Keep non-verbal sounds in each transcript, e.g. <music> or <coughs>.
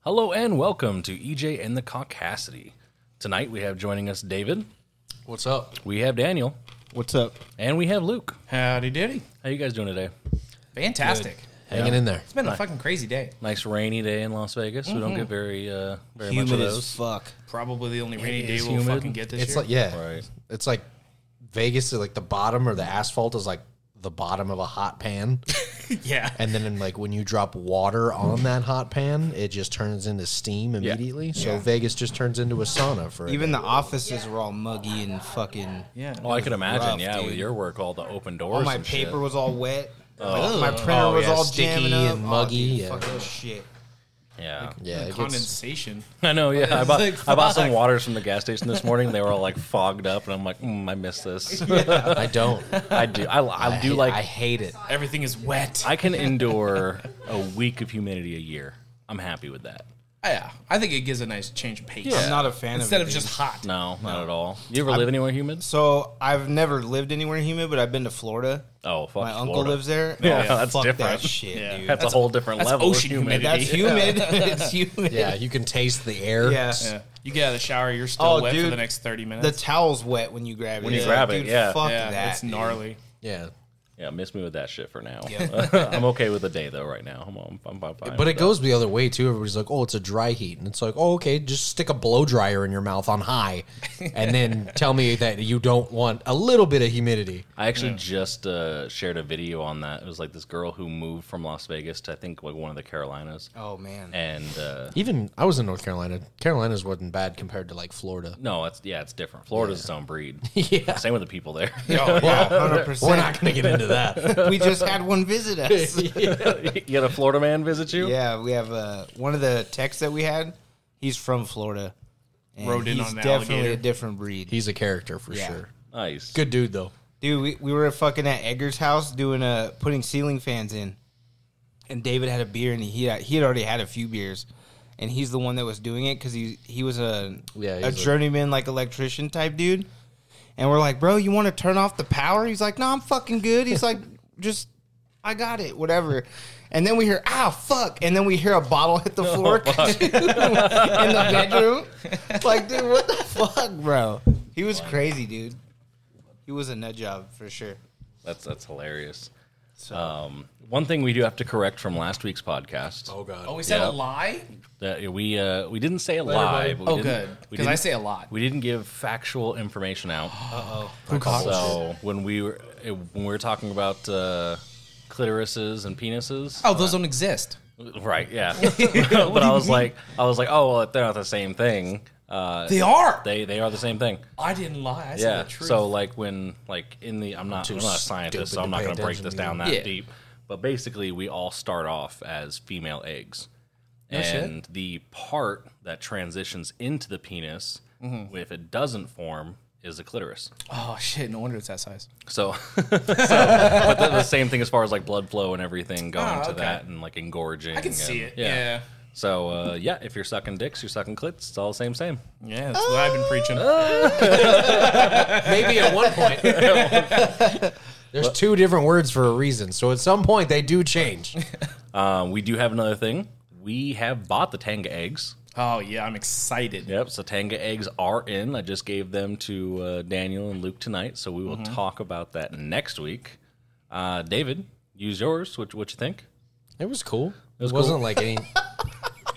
Hello and welcome to EJ and the Caucasity. Tonight we have joining us David, What's up? we have Daniel, What's up? and we have Luke. Howdy doody. How you guys doing today? Fantastic. Hanging in there. It's been a fucking crazy day. Nice rainy day in Las Vegas. We don't Mm-hmm. get very uh, very much of Humid those. as fuck. Probably the only rainy day is we'll humid. fucking get this It's year. like yeah, Right. It's like Vegas is like the bottom, or the asphalt is like the bottom of a hot <laughs> pan, <laughs> yeah. and then in like when you drop water on that hot pan, it just turns into steam immediately. So Vegas just turns into a sauna for Even the offices were all muggy and fucking. yeah. Oh, I could imagine, rough, yeah, with dude. your work, all the open doors. All my and paper shit. was all wet. My printer Oh, was yeah, all sticky jamming up. and Oh, muggy, dude, yeah. Fucking shit. Yeah, yeah, it gets, Condensation. <laughs> I know. Yeah, I bought like, I bought some fuck. waters from the gas station this morning. They were all like fogged up, and I'm like, mm, I miss <laughs> this. I don't. I do. I, I do hate- like. I hate it. Everything is wet. I can <laughs> endure a week of humidity a year. I'm happy with that. yeah. I think it gives a nice change of pace. I'm not a fan Instead of of it. just dude. hot. No, not at all. You ever live anywhere humid? So I've never lived anywhere humid, but I've been to Florida. Oh, fuck. my uncle Florida. lives there. Yeah, oh, that's fuck different. that shit, Yeah. dude. That's, <laughs> a whole different that's level. of ocean humidity. humidity. That's humid. <laughs> it's humid. Yeah, you can taste the air. Yeah. Yeah. You get out of the shower, you're still Oh, wet for dude. the next 30 minutes. The towel's wet when you grab it. When you It's grab like, it, dude, yeah. Fuck yeah, that. it's gnarly. yeah. Yeah, miss me with that shit for now. <laughs> I'm okay with the day though. Right now, I'm I'm, I'm, I'm fine. But with it goes the other way too. Everybody's like, "Oh, it's a dry heat," and it's like, "Oh, okay, just stick a blow dryer in your mouth on high, and then tell me that you don't want a little bit of humidity." that. I actually just uh, shared a video on that. It was like this girl who moved from Las Vegas to I think like one of the Carolinas, Oh man. <laughs> and uh, Even I was in North Carolina. Carolinas wasn't bad compared to like Florida. no, it's yeah, it's different. Florida's its own breed. yeah, same with the people there. Oh, yeah, <laughs> 100%. We're not going to get into that. we just had one visit us. <laughs> you had a Florida man visit you? Yeah, we have uh, one of the techs that we had. He's from Florida. And Rode in he's on the definitely alligator. a different <laughs> breed. He's a character for Yeah. sure. nice. Good dude though. Dude, we, we were fucking at Edgar's house doing uh putting ceiling fans in, and David had a beer and he had, he had already had a few beers, and he's the one that was doing it because he he was a Yeah, a he's a- journeyman like electrician type dude, and we're like, bro, you want to turn off the power? He's like, no, I'm fucking good. He's like, <laughs> just I got it, whatever. And then we hear ah fuck, and then we hear a bottle hit the floor <laughs> in the bedroom. Like, dude, what the <laughs> fuck, bro? He was crazy, dude. He was a nut job for sure. That's that's hilarious. Um, one thing we do have to correct from last week's podcast. Oh god. Oh, we said Yeah. a lie? that we uh, we didn't say a lie. but we Oh, didn't- good. we Because I didn't- say a lot. Oh, We didn't give factual information out. Who caught it? So when we were eh, when we were talking about uh, clitorises and penises, Oh, those don't exist. right? Yeah. <laughs> but I was like, I was like, oh well, they're not the same thing. Uh, They are. they they are the same thing. I didn't lie. I said Yeah. the truth. So like when like in the I'm not I'm, not a scientist, stupid so I'm to not pay going to break attention this to down you. that Yeah. deep. But basically, we all start off as female eggs, shit. and the part that transitions into the penis, Mm-hmm. if it doesn't form, is the clitoris. oh, shit. No wonder it's that size. So, <laughs> so but the, the same thing as far as like blood flow and everything going Ah, to okay. that and like engorging. I can see it. Yeah. Yeah. So uh, yeah, if you're sucking dicks, you're sucking clits. It's all the same, same. Yeah, that's what I've been preaching. <laughs> Maybe at one point. <laughs> There's two different words for a reason. So at some point they do change. Um, we do have another thing. We have bought the Tanga eggs. Oh yeah, I'm excited. Yep, so Tanga eggs are in. I just gave them to uh, Daniel and Luke tonight, so we will talk about that next week. Uh, David, use yours. What what you think? It was cool. It, was not like any.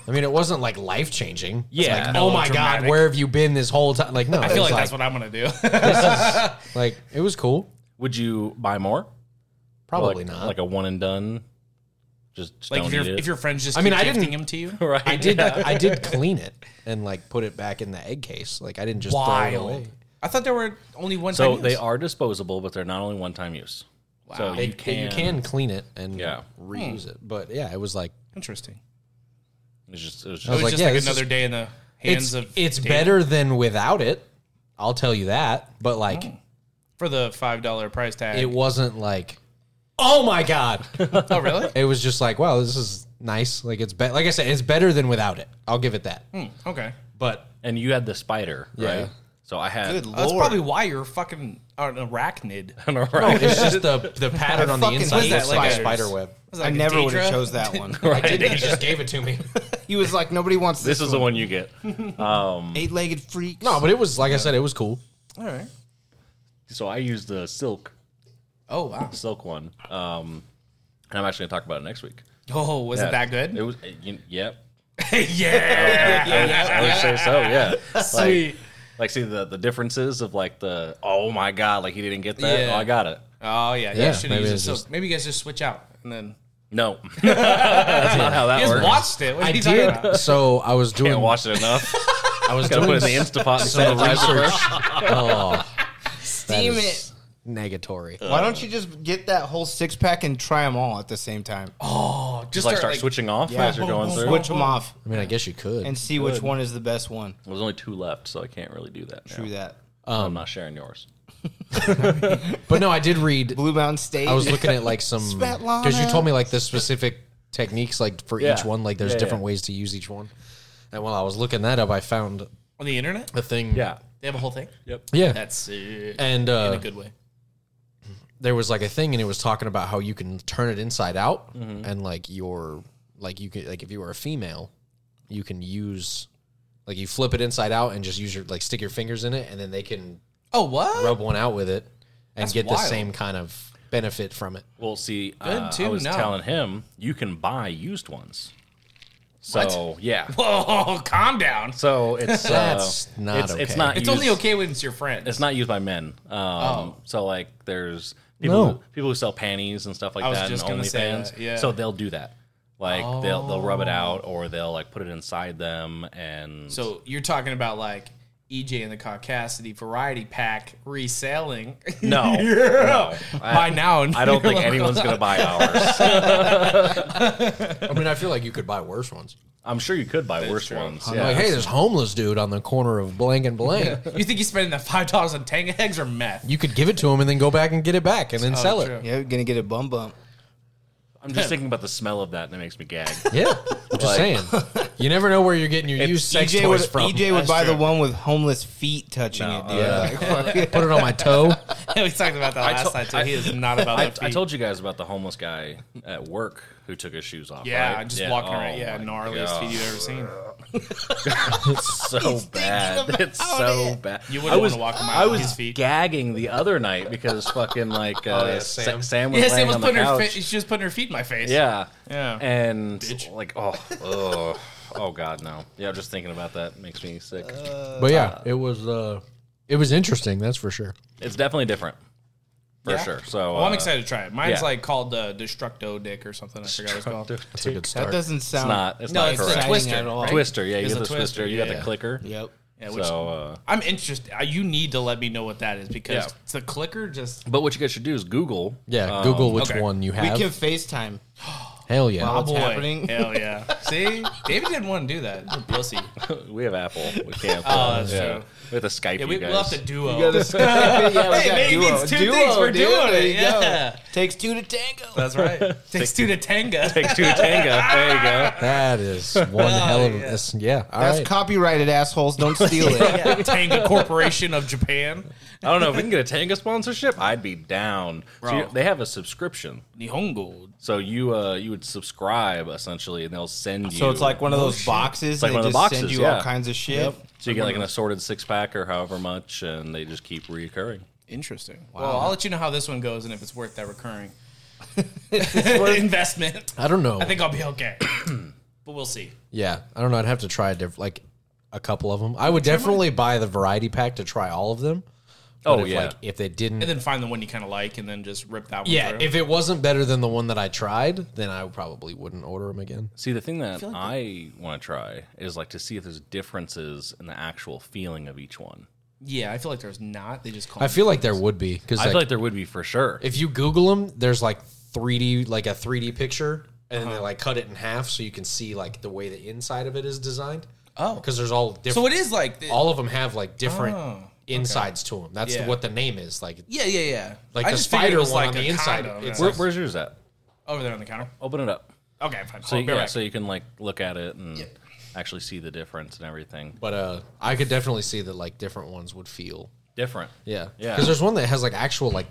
I mean, it wasn't like life changing. Yeah. Like, oh my god, Melodramatic. where have you been this whole time? Like, no, I feel like, that's what I'm gonna do. <laughs> that's <laughs> like it was cool. Would you buy more? Probably like, not. Like a one and done. Just, just like don't if eat your it. if your friends just I mean, keep I gifting didn't- him to you. <laughs> right, I did. I did clean it and like put it back in the egg case. Like I didn't <laughs> just throw it away. Wild. I thought there were only one. So they are disposable, but they're not only one-time use. So They- you can, you can clean it and Yeah. reuse it. But yeah, it was like interesting. It's just, it's It just was was like, just yeah, like this another is- day in the it's hands of. it's David better than without it. I'll tell you that. But like, for the five dollar price tag. it wasn't like, oh my god. <laughs> oh really? it was just like, wow, this is nice. Like it's better. Like I said, it's better than without it. I'll give it that. Hmm, okay. But and you had the spider, Yeah. right? So I had <laughs> Good That's Lord. probably why you're fucking an arachnid. an No, arachnid. it's just the the pattern I on the fucking inside hate looks like a spiders. spider web. Was it I like a never would Daedra? have chose that one. I did that. He just gave it to me. He was like, nobody wants this, This is the one you get. eight legged freak. No, but it was like I said, it was cool. All right. So I used the silk Oh wow. silk one, um, and I'm actually gonna talk about it next week. Oh, was it Yeah. that <laughs> good? It was. It, you, yep. <laughs> yeah. I would say so. Yeah. Like, like see the the differences of like the oh my god like he didn't get that Yeah. oh I got it Oh yeah. Yeah, yeah maybe, maybe used it it's so, just- maybe you guys just switch out and then no <laughs> that's not how that you guys works watched it. What are I you talking about? did. So I was doing. can't watch it enough I <laughs> was gotta put doing it in the Instapot and some sanitize it. research. oh, <laughs> Steam it. Negatory. Why don't you just get that whole six pack and try them all at the same time? Oh, just just like start switching off as you're going through Switch them off I mean, I guess you could. and see which one is the best one. there's only two left so I can't really do that now. True that. I'm not sharing yours but no, I did read. Blue Mountain State. I was looking at like some Svetlana. because you told me like the specific techniques like for Yeah. each one. Like there's Yeah, different yeah. ways to use each one. And while I was looking that up, I found on the internet. a thing. yeah They have a whole thing. yep yeah. That's uh, in and uh, a good way. there was like a thing and it was talking about how you can turn it inside out and like your like you could like if you were a female you can use like you flip it inside out and just use your like stick your fingers in it and then they can Oh what? rub one out with it and get the wild. same kind of benefit from it Well, see, uh, I too, was no. telling him you can buy used ones. So <laughs> yeah, Whoa, Oh, calm down. so it's uh, That's not it's, it's okay. not It's used- only okay Oh. when it's your friend. It's not used by men. Um, so like there's people No. who, people who sell panties and stuff like was that and just gonna say OnlyFans. that, yeah. Oh. So they'll do that. Like they'll they'll rub it out or they'll like put it inside them and So you're talking about like EJ and the Caucasity Variety Pack reselling. <laughs> <laughs> <laughs> no. no. I, By now, I don't <laughs> think anyone's gonna buy ours. i mean i feel like you could buy worse ones I'm sure you could buy worse true. ones. I'm Yeah. like hey there's homeless dude on the corner of blank and blank You think you're spending the five dollars on Tanga eggs or meth? <laughs> you could give it to him and then go back and get it back and then sell true. it <laughs> yeah, gonna get a bum bump. I'm just thinking about the smell of that and it makes me gag. yeah i'm just saying you never know where you're getting your used sex EJ E would, toys from EJ would buy the one with homeless feet touching it. Dude. yeah. Like, fuck it. put it on my toe we talked about that last told- time too. he is not about I, that. I told you guys about the homeless guy at work who took his shoes off. Yeah, right? just walking around. Oh Yeah, my gnarliest God. feet you've ever seen. It's <laughs> so bad. It's so bad. You I wouldn't was- want to walk on my I was his feet. Oh, gagging the other night because fucking <laughs> like uh, yeah, Sa- Sam. Sam. was Yes, laying it was on putting the her. couch. Fi- she was putting her feet in my face. Yeah, Yeah. and like oh, oh, oh god, no. Yeah, just thinking about that makes me sick. But yeah, it was uh it was interesting, that's for sure. it's definitely different for Yeah. sure. So Well, I'm uh, excited to try it. Mine's yeah. like called uh, Destructo Dick or something. I forgot what it's called. That's a good That start. doesn't It's sound. not. It's no, not it's correct. exciting Twister, at all. right? Twister. Yeah, you It's get a the twister. twister, You got yeah. the clicker. Yep. Yeah, which So, uh, I'm interested. uh, You need to let me know what that is because Yeah. the clicker just but what you guys should do is Google. yeah, Google which okay. one you We have. can FaceTime. Hell yeah. Wow. What's boy, happening? Hell yeah! <laughs> See, David didn't want to do that. He's a pussy. we have Apple. We can't. Oh, that's yeah. true. We have to Skype Yeah, you we, guys. we'll have to duo. yeah, we Hey, man, it means two things. We're dude. doing it. There you <laughs> go. Yeah. Oh, Takes two to tango. That's right. Takes two to tanga. <laughs> <laughs> Take two Tango. There you go. That is one Oh, hell of yeah. yeah. All That's right. copyrighted, assholes. Don't steal <laughs> it. Tanga Corporation of Japan. I don't know if we can get a Tango sponsorship. I'd be down. So Bro. you- they have a subscription, Nihongo. so you uh, you would subscribe essentially, and they'll send you. So it's like one of those boxes. like and one they of the just send boxes, you all yeah. kinds of shit. so you get like an assorted six pack or however much, and they just keep reoccurring. Interesting. Well, I'll let you know how this one goes and if it's worth that recurring <laughs> investment. I don't know. I think I'll <clears throat> be okay, but we'll see. yeah, I don't know. I'd have to try a diff- like a couple of them. I would definitely buy the variety pack to try all of them. But Oh if, yeah, like if they didn't And then find the one you kind of like, and then just rip that one. yeah, through. if it wasn't better than the one that I tried, then I probably wouldn't order them again. See, the thing that I, want to try is like to see if there's differences in the actual feeling of each one. yeah, I feel like there's not. They just call. I feel like there would be because I feel like there would be for sure. if you Google them, there's like 3D, like a 3D picture, and Uh-huh. then they like cut it in half so you can see like the way the inside of it is designed. Oh. because there's all different. so it is like all of them have like different Oh, insides to them. That's Yeah. what the name is. Like Yeah, yeah, yeah. Like I the just figured it spider was one on the a inside. condom. It's Yeah. Where, where's yours at? over there on the counter. Open it up. Okay, fine. So, I'll be yeah, right. so you can like look at it and actually see the difference and everything. But uh, I could definitely see that like different ones would feel. Different. Yeah. Yeah. Because there's one that has like actual like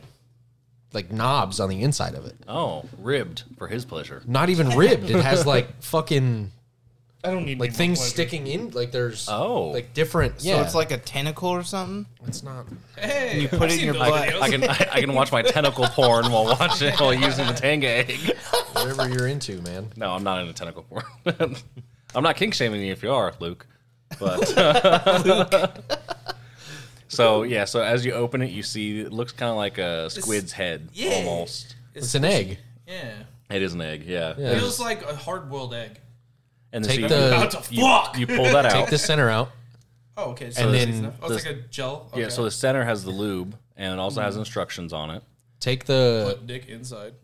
like knobs on the inside of it. Oh, ribbed for his pleasure. Not even ribbed. It has like fucking I don't need like things sticking in. Like there's Oh. like different. So Yeah. it's like a tentacle or something. it's not. Hey, You put I've it in seen your those butt. videos. I can I, I can watch my tentacle porn while watching while using the tanga egg. Whatever you're into, man. No, I'm not into tentacle porn. <laughs> I'm not kink shaming you if you are, Luke. But <laughs> so yeah, so as you open it, you see it looks kind of like a squid's head yeah. almost. It's an egg. Yeah. It is an egg, yeah. Yeah. Feels like a hard boiled egg. And then Take so you, the- About to you, fuck. you pull that out. Take the center out. Oh, okay. So And that's then easy enough. oh, it's the- like a gel. Okay. Yeah, so the center has the lube and it also has instructions on it. Take the. Put dick inside.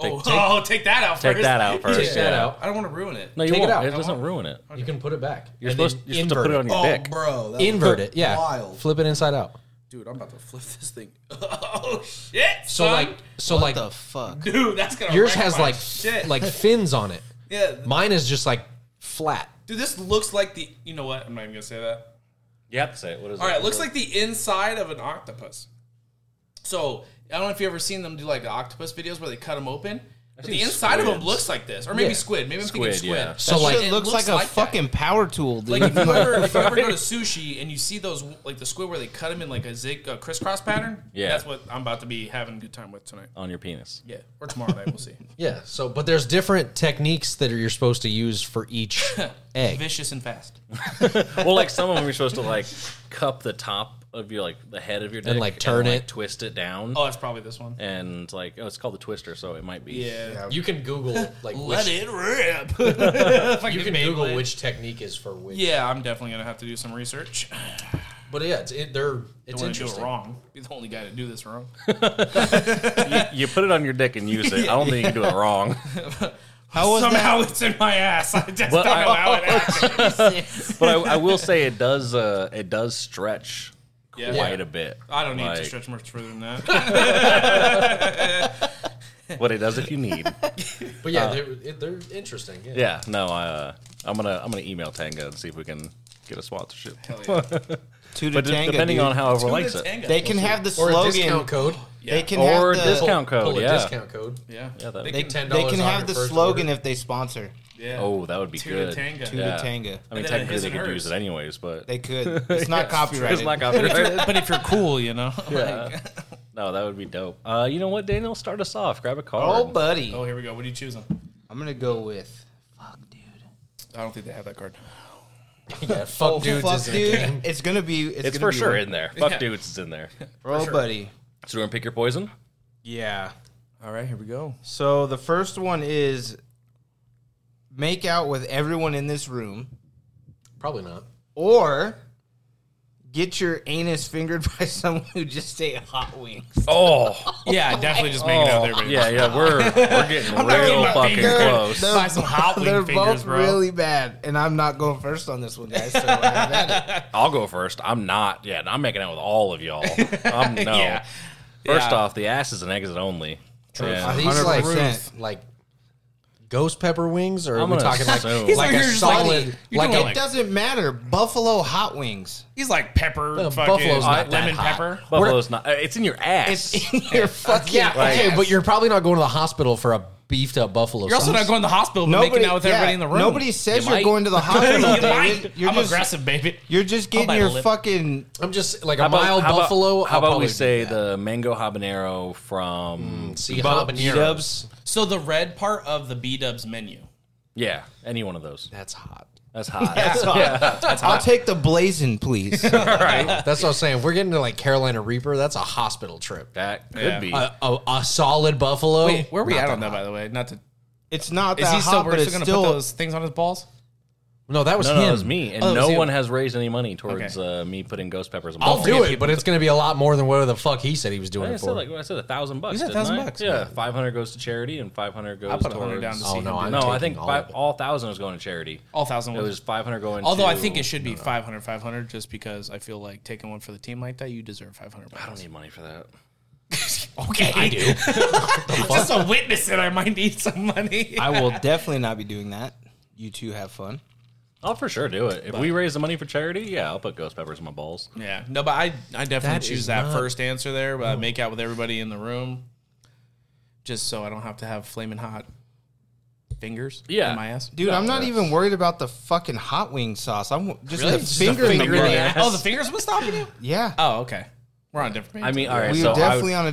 Take- oh, take- oh, <laughs> take that out Take first. that out first. that yeah. out. <laughs> I don't want to ruin it. No, you Take it won't. It, out. doesn't ruin it. You can put it back. You're supposed, you're supposed to put it on your Oh, dick. bro. that- Invert it. Yeah. Wild. Flip it inside out. Dude, I'm about to flip this thing. <laughs> Oh, shit. So son. like so like the fuck? Dude, that's gonna. yours wreck has my like shit. like fins on it. yeah. th- Mine is just like flat. Dude, this looks like the. You know what? I'm not even gonna say that. You have to say it. What is All it? right, looks like the inside of an octopus. So I don't know if you ever seen them do like the octopus videos where they cut them open. But the seen inside of them squids. looks like this, or maybe Yeah. squid. Maybe I'm Squid, thinking yeah. squid. So like It looks, like a that. fucking power tool, dude. Like if you ever if you ever go to sushi and you see those like the squid where they cut them in like a zig a crisscross pattern, Yeah. that's what I'm about to be having a good time with tonight. on your <laughs> penis. Yeah, or tomorrow night we'll see. Yeah. So, but there's different techniques that are, you're supposed to use for <laughs> each egg. Vicious and fast. well, like some of them, you're supposed to like cup the top of your like the head of your dick like, turn it. twist it down, Oh, that's probably this one. and like oh, it's called the twister, so it might <laughs> be. Yeah, You can <laughs> Google like let which, it rip. you can Google which technique is for which. <laughs> Yeah, I'm definitely gonna have to do some research. But yeah, it's it, they're it's When I do it interesting. wrong, be the only guy to do this wrong. You put it on your dick and use it. I don't think you can <laughs> do it wrong. How was Somehow it's in my ass. I just But don't know I- how it happened. <laughs> But I, I will say it does. Uh, it does stretch Yeah. quite a bit. I don't need to Like, stretch much further than <laughs> that. but it does if you need. <laughs> But yeah, they're it, they're interesting. Yeah. Uh, Yeah. No. I, uh, I'm gonna. I'm gonna email Tanga and see if we can get a sponsorship. that? <laughs> Two to But de- Tango, depending dude. on how everyone likes it, Tango. they can have the Or slogan. a discount code. Yeah. They can or a have <gasps> the, discount code. Pull Yeah. a discount code. yeah, Yeah, that- they They can, ten They dollars. can have the slogan Order. if they sponsor. yeah. Oh, that would be Two to good. Tanga. Two to Tanga. I mean, then technically his they and could hers. use it anyways, but <laughs> They could. It's not copyrighted. it's not copyrighted. <laughs> but if you're cool, you <laughs> know. Like- No, that would be dope. Uh, you know what, Daniel? Start us off. Grab a card. <laughs> oh, buddy. oh, here we go. What are you choosing? I'm gonna go with. Fuck, dude. I don't think they have that card. <laughs> yeah, fuck Oh, dudes fuck, is in dude. it. It's gonna be. It's, it's for gonna be sure one. in <laughs> there. Fuck Yeah. dudes is in there. Oh, buddy. So we're gonna pick your poison. Yeah. All right, here we go. So the first one is make out with everyone in this room, Probably not. or get your anus fingered <laughs> by someone who just ate hot wings. Oh, Yeah, definitely just making out there. yeah, yeah. <laughs> We're we're getting not getting real my fucking finger. <laughs> close. They're- Buy some hot wing They're fingers, both bro. really bad, and I'm not going first on this one, guys. So have at it. <laughs> I'll go first. I'm not. Yeah, I'm making out with all of y'all. <laughs> I'm no. Yeah. First Yeah. off, the ass is an exit only. Yeah. Are these 100%. like like ghost pepper wings, or are I'm we gonna talking like assume. like He's a over here just like- solid you're like doing a like- It doesn't matter. Buffalo hot wings. He's like pepper, Uh, fucking buffalo's not that lemon hot. pepper. Buffalo's not. uh, It's in your ass. It's in your fucking. Yeah, ass. okay, but you're probably not going to the hospital for a beefed up buffalo. You're also sauce. not going to the hospital, but making out with everybody yeah, in the room. Nobody says You you are might. going to the <laughs> you hospital. might. David. You're I'm just aggressive, baby. you're just bite getting a your lip. fucking. I'm just like a How about- mild how about- buffalo. How I'll about probably we do say that. the mango habanero from? See Bo- habaneros. Dubs? So the red part of the B Dubs menu. Yeah, any one of those. That's hot. That's hot. I'll take the blazing, please. <laughs> <laughs> That's That's what I'm saying. If we're getting to like Carolina Reaper, that's a hospital trip. That could Yeah. be. A, a, a solid buffalo. Wait, where are we at on that, by the way? Not to. It's not Is that he still? hot, We're but still it's gonna still. put those things on his balls. no, that was No, him. no, it was me, and Oh, it was no you. one has raised any money towards uh, me putting ghost peppers. In my I'll mouth. do forget it, people but it's going to be a lot more than what the fuck he said he was doing I it said for. like I said, a thousand bucks. You said a thousand bucks, Yeah, five hundred goes to charity, and five hundred goes. I put a towards... hundred down to oh see. no, him do I'm no, I taking think all five, of it. all thousand is going to charity. All thousand It was. was five hundred going. Although to... I think it should be 500, 500, just because I feel like taking one for the team like that, you deserve 500 bucks. I don't need money for that. okay. I do. just a <laughs> <laughs> witness that I might need some money. I will definitely not be doing that. You two have fun. I'll for sure do it. If we raise the money for charity, yeah, I'll put ghost peppers in my balls. Yeah. No, but I I definitely That choose is that not- first answer there, but I make out with everybody in the room just so I don't have to have flaming hot fingers Yeah. in my ass. Dude, I'm not that's- even worried about the fucking hot wing sauce. I'm just Really? the Just a finger, in finger the in butt. the ass. Oh, the fingers was stopping you? Yeah. Oh, okay. We're on different I mean, all right, we so were I would- definitely on a <laughs>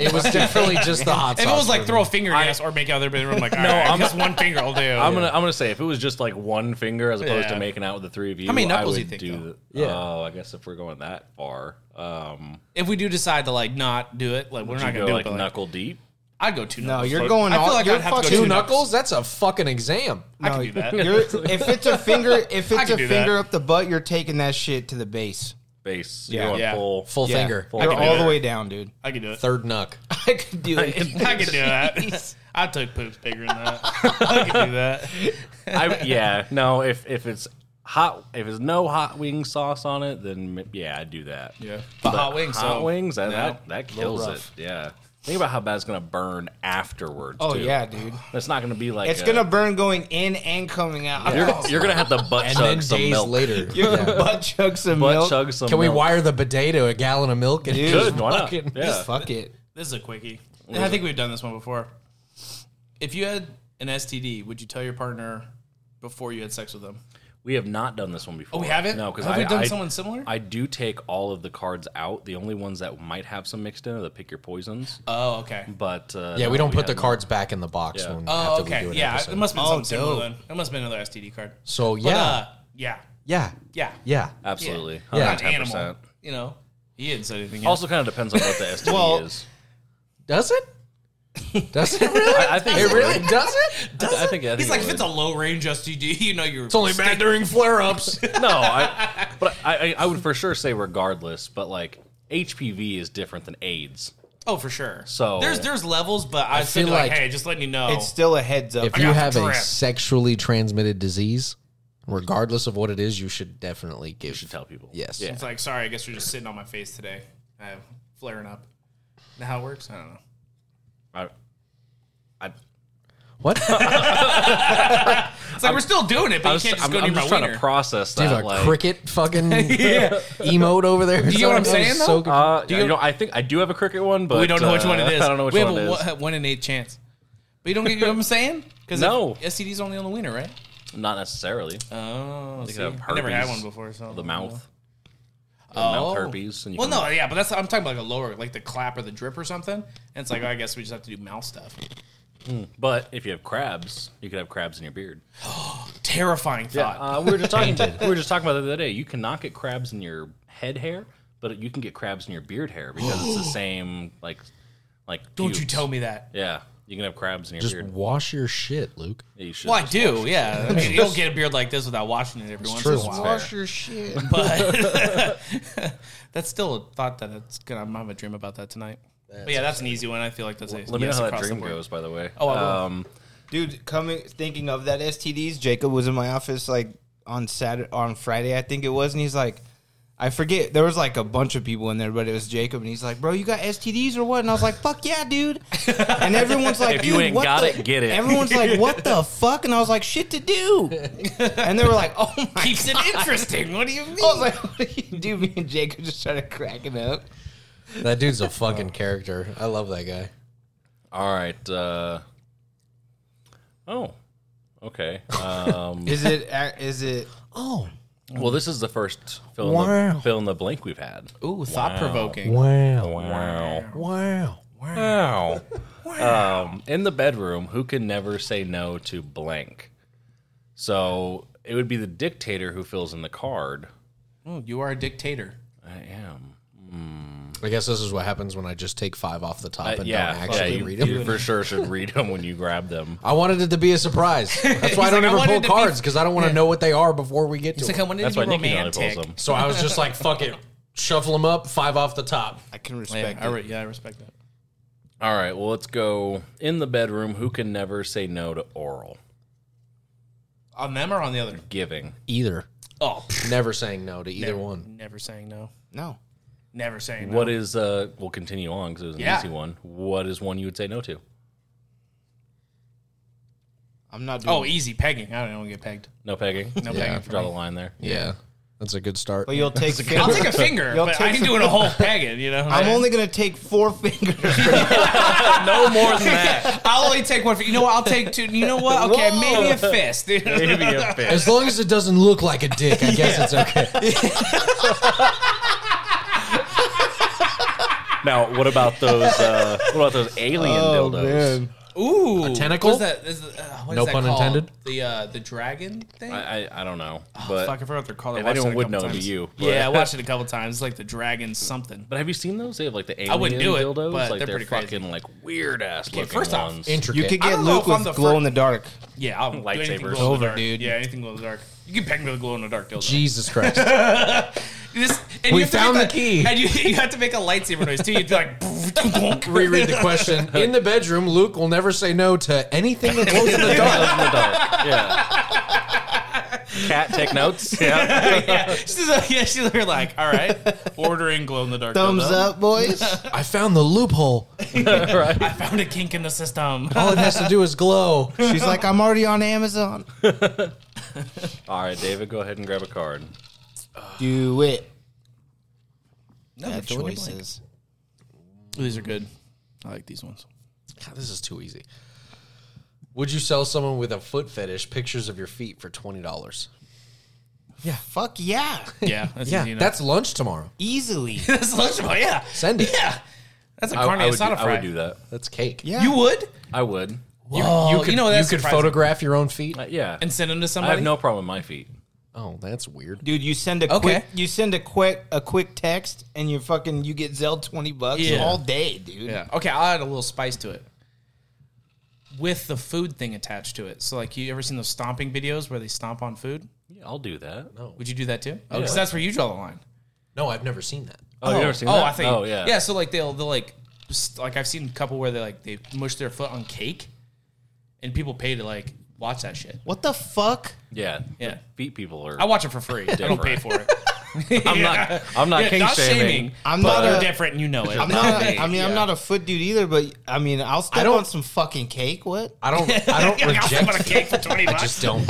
<laughs> It was definitely just the hot if sauce. it was like for throw a me. finger in your ass or make out with everybody, <laughs> I'm like, all No, right, I'm- just one finger will <laughs> do. I'm gonna I'm gonna say if it was just like one finger as opposed Yeah. to making out with the three of you, How many I knuckles would you think, do. though? the- Yeah. Oh, I guess if we're going that far, um, if we do decide to like not do it, like we're would not you gonna go do like it. But, like, knuckle deep. I'd go two. No, knuckles. you're going I feel all- like you're I'd have to go fucking- two knuckles. That's a fucking exam. I can do that. You're, if it's a <laughs> finger, if I it's can a do finger that. up the butt, you're taking that shit to the base. Base, you're Yeah. going Yeah. full. <laughs> <laughs> Full Yeah. finger. Full- I You're can do all that. the way down, dude. <laughs> I can do it. Third knuck. <laughs> I could do it. <laughs> I can do that. I took poops bigger than that. I can <laughs> do that. I, yeah, no. If if it's hot, if it's no hot wing sauce on it, then m- yeah, I'd do that. Yeah, but hot wings. Hot so- wings, that, No. that that kills it. rough. Yeah. Think about how bad it's gonna burn afterwards. Oh too. yeah, dude. That's not gonna be like It's a- gonna burn going in and coming out. You're, <laughs> <laughs> you're gonna have to butt And chug then some days milk. <laughs> later, You're yeah. gonna butt chug some Butt milk. chug some. can we milk. wire the bidet to a gallon of milk? And Dude, just Good, why not? fucking- Yeah. Fuck it. This is a quickie. And I think we've done this one before. If you had an STD, would you tell your partner before you had sex with them? We have not done this one before. Oh, we haven't. No, because have I we done I- someone similar? I do take all of the cards out. The only ones that might have some mixed in are the pick your poisons. oh, okay. But uh, Yeah, we no, don't put the haven't. cards back in the box Yeah. when Oh, after we do okay. an Yeah, episode. it must have been Oh, something similar. dope. Then it must have been another STD card. so But, yeah, yeah, uh, yeah, yeah, yeah. Uh, yeah. Absolutely. Yeah. Not an 110%. animal. You know, he didn't say anything. Also, kind of depends on what the STD Well, is. Does it? <laughs> Does it really? I, I think it would. really does it? I, I think I think he's it like, would. if it's a low range STD, <laughs> you know, you're It's only bad during flare-ups. no, I, but I, I, I would for sure say regardless. But like HPV is different than AIDS. Oh, for sure. So- there's there's levels, but I, feel feel like, like hey, just letting you know. It's still a heads <laughs> up. if you got the have a drip. sexually transmitted disease, regardless of what it is, you should definitely give. To tell people, Yes. yeah, It's like, sorry, I guess you're just sitting on my face today. I'm flaring up. Is that how it works? I don't know. I, I, What? Do It's like we're still doing it, but I you was, can't just I'm, go I'm near my just trying wiener. to process you that. have <laughs> a like, cricket <laughs> fucking emote over there? Do you get what I'm saying, though? uh, you, know, I think I do have a cricket one, but we don't know uh, <laughs> which one it is. I don't know which we one have it a is. one- one in eight chance. But you don't get you know what I'm saying? Because No. STD's only on the wiener, right? Not necessarily. Oh, could see? have I never had herpes one before. So the mouth. The oh. mouth herpes. And you well, can- no, yeah, but that's I'm talking like a lower, like the clap or the drip or something. And it's like, oh, I guess we just have to do mouth stuff. But if you have crabs, you could have crabs in your beard. Terrifying thought. Uh, we were just <laughs> talking. we were just talking about that the other day. You cannot get crabs in your head hair, but you can get crabs in your beard hair because <gasps> it's the same. Like, like. don't you pubes. tell me that. Yeah, you can have crabs in your Just beard. wash your shit, Luke. Yeah, you should. Well, I do, <laughs> yeah. I mean, you don't get a beard like this without washing it every once in a true. while. Wash your shit. but <laughs> <laughs> that's still a thought that it's gonna. I'm gonna have a dream about that tonight. but yeah, that's an easy one. I feel like that's a Let me yes know how that across the dream board. goes, by the way. Oh, I will. um, Dude, coming thinking of that STDs, Jacob was in my office like on Saturday on Friday, I think it was, and he's like I forget. There was like a bunch of people in there, but it was Jacob, and he's like, "Bro, you got STDs or what?" And I was like, "Fuck yeah, dude!" And everyone's like, If you "Dude, ain't what got the-" it, get it. Everyone's like, <laughs> "What the fuck?" And I was like, "Shit to do." And they were like, "Oh my Keeps it interesting. What do you mean? I was like, what do you do? Me and Jacob just started cracking up. That dude's a fucking character. I love that guy. all right. Uh, oh, okay. <laughs> Um, Is it? Is it? Oh, well, this is the first fill in, Wow. the, fill in the blank we've had. Ooh, thought provoking. wow, Wow. wow. Wow. Um, in the bedroom, who can never say no to blank? So it would be the dictator who fills in the card. Oh, you are a dictator. I am. I guess this is what happens when I just take five off the top Uh, and yeah, don't yeah, actually you, read them. you for sure should read them when you grab them. I wanted it to be a surprise. That's why I He's don't like, I ever wanted pull it to be- cards because I don't want to know what they are before we get to It's like them. I wanted That's to why be Nikki only pulls romantic. them. So I was just like, fuck it, shuffle them up, five off the top. I can Yeah respect I, re- yeah, I respect that. All right, well, let's go in the bedroom. Who can never say no to oral On them or on the other? giving? Either. Oh, pff, Never saying no to either one. never saying no. No. Never saying no. What is uh? We'll continue on because it was an Yeah. easy one. What is one you would say no to? I'm not doing. Oh, easy pegging. I don't know. Get pegged. No pegging. No pegging. For Draw the me. line there. Yeah, that's a good start. but you'll <laughs> take. I'll fingers. take a finger, <laughs> You'll but take I ain't doing a whole pegging. You know. <laughs> I'm only gonna take four <laughs> fingers. No more than that. <laughs> I'll only take one. fi- You know what? I'll take two. You know <laughs> what? Okay, Whoa. maybe a fist. <laughs> Maybe a fist. as long as it doesn't look like a dick, I guess it's okay. Now, what about those? Uh, what about those alien dildos? Ooh, tentacle? What's that? Is, uh, what is No that pun called? intended. The uh, the dragon thing. I, I I don't know, but Oh, Fuck, I forgot what they're called. I if watched anyone it a would couple know, it'd be times. you, but- Yeah, I watched it a couple times. It's like the dragon something. but have you seen those? They have like the alien I wouldn't do it, dildos. but like they're pretty crazy. fucking like weird ass looking first off, ones. <laughs> Intricate. You could I get don't know Luke if I'm with the glow in the dark. Yeah, I'll do anything Lightsabers. glow in the Over, dark. dude. Yeah, anything glow in the dark. You can peg me with a glow in the dark dildo. Jesus Christ. This- and We you have to found make the a- key. and you, you have to make a lightsaber noise too. You'd be like, <laughs> Reread the question. In the bedroom, Luke will never say no to anything that glows in the dark. Dildos in the <laughs> dark. Yeah. Cat, take notes. <laughs> Yeah. <laughs> <laughs> yeah, she's like, yeah, she's like, all right, ordering glow in the dark. Thumbs up, boys. I found the loophole. I found a kink in <laughs> the system. All it has to do is <laughs> glow. She's like, I'm already on Amazon. All right, David, go ahead and grab a card. Do it. No, Bad choices. These are good. I like these ones. God, this is too easy. Would you sell someone with a foot fetish pictures of your feet for twenty dollars? Fuck yeah. Yeah, that's Yeah, easy enough. that's lunch tomorrow. Easily. <laughs> that's lunchable. Yeah, Send it. Yeah, that's a I, carne I would do, asada I fry. would do that. That's cake. Yeah. You would? I would. you, Whoa, you could. you know, You, that's could surprising. photograph your own feet. Uh, yeah. and send them to somebody. I have no problem with my feet. Oh, that's weird. <laughs> Dude, you send a Okay. quick you send a quick a quick text and you fucking you get Zell twenty bucks Yeah. all day, dude. Yeah. Okay, I'll add a little spice to it. With the food thing attached to it. So, like, you ever seen those stomping videos where they stomp on food? Yeah, I'll do that. No. Would you do that too? Oh, Yeah. because that's where you draw the line. No, I've never seen that. Oh, you ever seen oh, that? I think. oh, yeah. Yeah. So like they'll they'll like s- like I've seen a couple where they like they mush their foot on cake, and people pay to like watch that shit. What the fuck? Yeah. Yeah. Feet people are. I watch it for free. I don't pay for it. <laughs> I'm <laughs> not. I'm not king shaming. I'm but not a- they're different, and you know it. I'm not Hey, a, I mean, I'm yeah. not a foot dude either, but I mean I'll step don't- on some fucking cake. What? I don't. <laughs> I don't Yeah, like, I'll step reject. on a cake for twenty I bucks. just don't.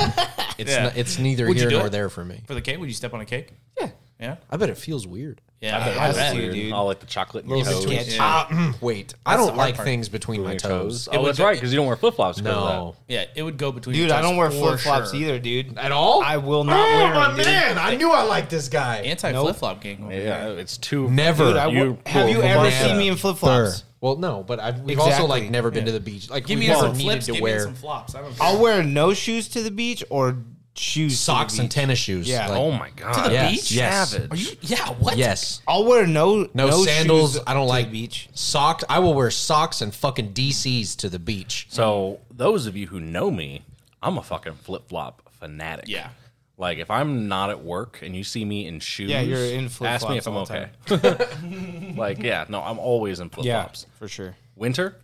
It's Yeah. not, it's neither Would you here do nor it? there for me. for the cake, would you step on a cake? Yeah. Yeah. I bet it feels weird. Yeah. I bet has that's to, weird. dude. All like the chocolate and Little toes. bit Between sketchy. Ah, mm, wait, I the don't hard like part. things between my your toes. toes. Oh, that's right, because you don't wear flip flops. No, Yeah. It would go between. Dude, your I don't toes wear for flip flops sure. either, dude. at all. I will not wear 'em, dude. Oh, I knew I liked this guy. Anti flip flop gang. over here. Yeah, it's too. Never. Dude, I You wo- have pull you the ever line seen up. me in flip flops? Well, no, but I've, we've also Exactly. like never been to the beach. Like, Give we've me never some needed flips. to Give me wear some flops. I don't. I'll wear no shoes to the beach or shoes socks to the and beach. tennis shoes. Yeah. Like, Oh my god. To the yes, beach? Yes, Savage. Are you? Yeah. What? yes. I'll wear no No, shoes sandals. to I don't the like beach. socks. I will wear socks and fucking DCs to the beach. So those of you who know me, I'm a fucking flip flop fanatic. Yeah. Like if I'm not at work and you see me in shoes, Yeah, you're in Ask me flip-flops if I'm all okay. <laughs> like yeah, no, I'm always in flip flops. for sure. Winter,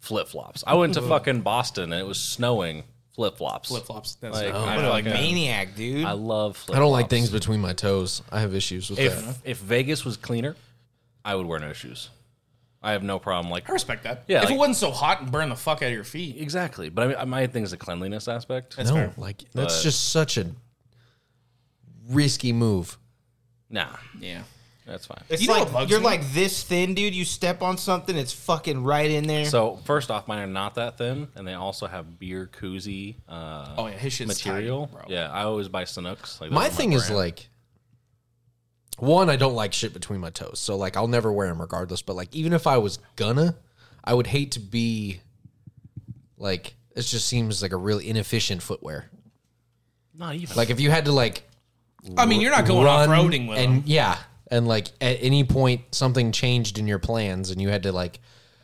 flip flops. I went to fucking Boston and it was snowing. Flip flops. Flip flops. That's Like, I what like a that. Maniac, dude. I love. Flip I don't like things between my toes. I have issues with that. If if Vegas was cleaner, I would wear no shoes. I have no problem. Like I respect that. Yeah, If like- it wasn't so hot and burned the fuck out of your feet. exactly, but I mean, my thing is the cleanliness aspect. No, like that's just such a risky move. Nah, Yeah. that's fine. it's you know like what bugs you're me? like this thin, dude. You step on something, it's fucking right in there. So first off, mine are not that thin, and they also have beer koozie uh, Oh yeah, his shit's material. tight, bro. yeah, I always buy Sanooks. Like, those my are thing is brand. like one i don't like shit between my toes so like i'll never wear them regardless but like even if i was gonna i would hate to be like it just seems like a really inefficient footwear not even like if you had to like I mean, you're not going off run roading with and him. yeah and like at any point something changed in your plans and you had to like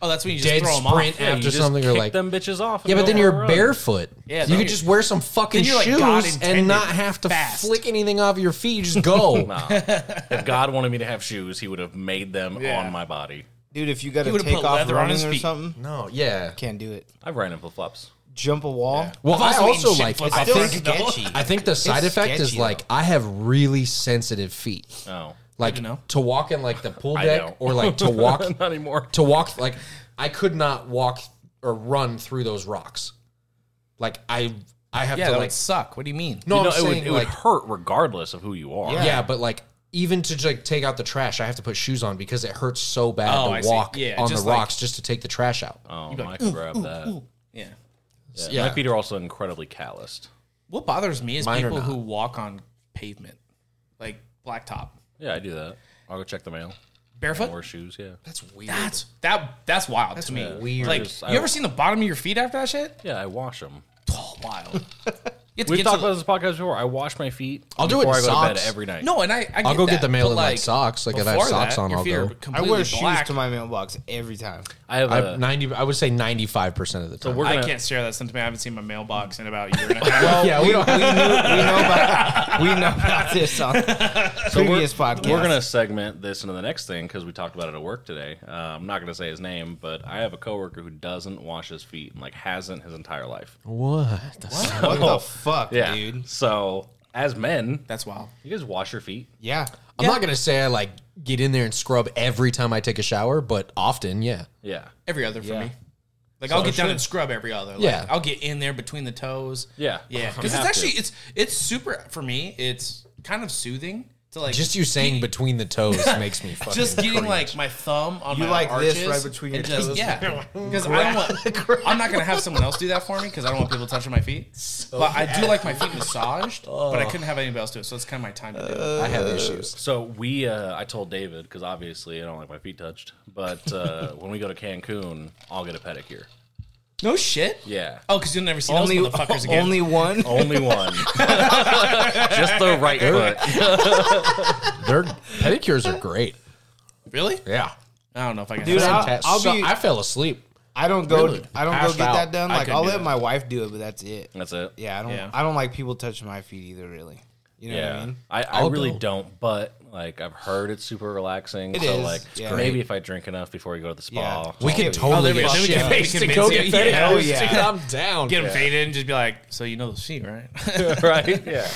Oh, that's when you just dead throw him off. sprint Yeah, you after <laughs> just something or kick like them bitches off. and yeah but go then for you're a run. barefoot Yeah, you then could you're- just wear some fucking then you're, like, shoes God and intended, not have to fast. flick anything off your feet you just <laughs> go If God wanted me to have shoes, He would have made them Yeah. on my body. dude, if you got to would've take put off leather on running his or feet. something, no yeah can't do it. I've ran in flip flops. Jump a wall. Well, I've I also eaten also shit like. flip I flops. Still think- sketchy. I think the side It's effect is sketchy, like I have really sensitive feet. Oh, Like know. to walk in like the pool I deck know. or <laughs> like to walk not anymore. to walk like I could not walk or run through those rocks. Like I I have Yeah, to that like would suck. What do you mean? no, you know, I'm it, saying would, it like <laughs> would hurt regardless of who you are. yeah. but like even to like take out the trash, I have to put shoes on because it hurts so bad Oh, to I see. walk Yeah, on the just like- rocks just to take the trash out. Oh, I can grab that. Yeah. Yeah. Yeah. My feet are also incredibly calloused. What bothers me is Mine are people not. who walk on pavement, like blacktop, Yeah, I do that. I'll go check the mail. barefoot. Wear shoes. Yeah. That's weird. That's that. That's wild to me. weird. Like, Just- I you ever don't- seen the bottom of your feet after that shit? Yeah, I wash them. Oh, wild. You have to We've get talked to about this podcast before. I wash my feet. I'll do it before in I go to bed socks. every night. No, and I, I I'll go that, get the mail but, in like socks. Like if I have before socks that, on, your I'll feet are go. I completely wear shoes black. to my mailbox every time. I have I a. have ninety. I would say ninety-five percent of the time. we're I gonna, can't share that sentiment. I haven't seen my mailbox in about a <laughs> year and a half. yeah, we, don't. We, knew, we know about we <laughs> know about this on previous podcast. We're gonna segment this into the next thing because we talked about it at work today. Uh, I'm not gonna say his name, but I have a coworker who doesn't wash his feet and like hasn't his entire life. what? the fuck? what <laughs> the fuck, Yeah. dude? So as men, That's wild. you guys wash your feet. Yeah, I'm not gonna say I like get in there and scrub every time I take a shower, but often, yeah. Yeah. Every other for me. Like I'll get down and scrub every other. Like, Yeah. I'll get in there between the toes. Yeah. yeah. You Because it's have actually to. it's it's super for me. It's kind of soothing to like Just you saying between the <laughs> toes makes me fucking. just getting like my thumb on You my like this arches right between your and just- toes? <laughs> Yeah, because I don't want. I'm not gonna have someone else do that for me because I don't want people touching my feet. but I do like my feet massaged, but I couldn't have anybody else do it, so it's kind of my time to do it. I have issues. So we, uh, I told David because obviously I don't like my feet touched. But uh, <laughs> when we go to Cancun, I'll get a pedicure. No shit. Yeah. Oh, because you'll never see only those motherfuckers Oh, <laughs> again. <laughs> only one. Only one. Just the right foot. Their pedicures are great. really? Yeah, I don't know if I can. Dude, have I'll, I'll So- be. I fell asleep. I don't go. I don't go Passed get out. that done. I Like couldn't I'll do let that. my wife do it, but that's it. That's it. Yeah, I don't. Yeah. I don't like people touching my feet either. Really, you know what I mean? I, I I'll really go. don't, but like I've heard it's super relaxing. It so is. like It's Yeah. great. maybe if I drink enough before we go to the spa. Yeah. We Oh, can dude. totally Oh, there we get go. There we go. shit. Face to go get pedicures. yeah. Oh, <laughs> yeah. Dude, I'm down. get them faded and just be like, so you know those feet, right? <laughs> <laughs> right? Yeah.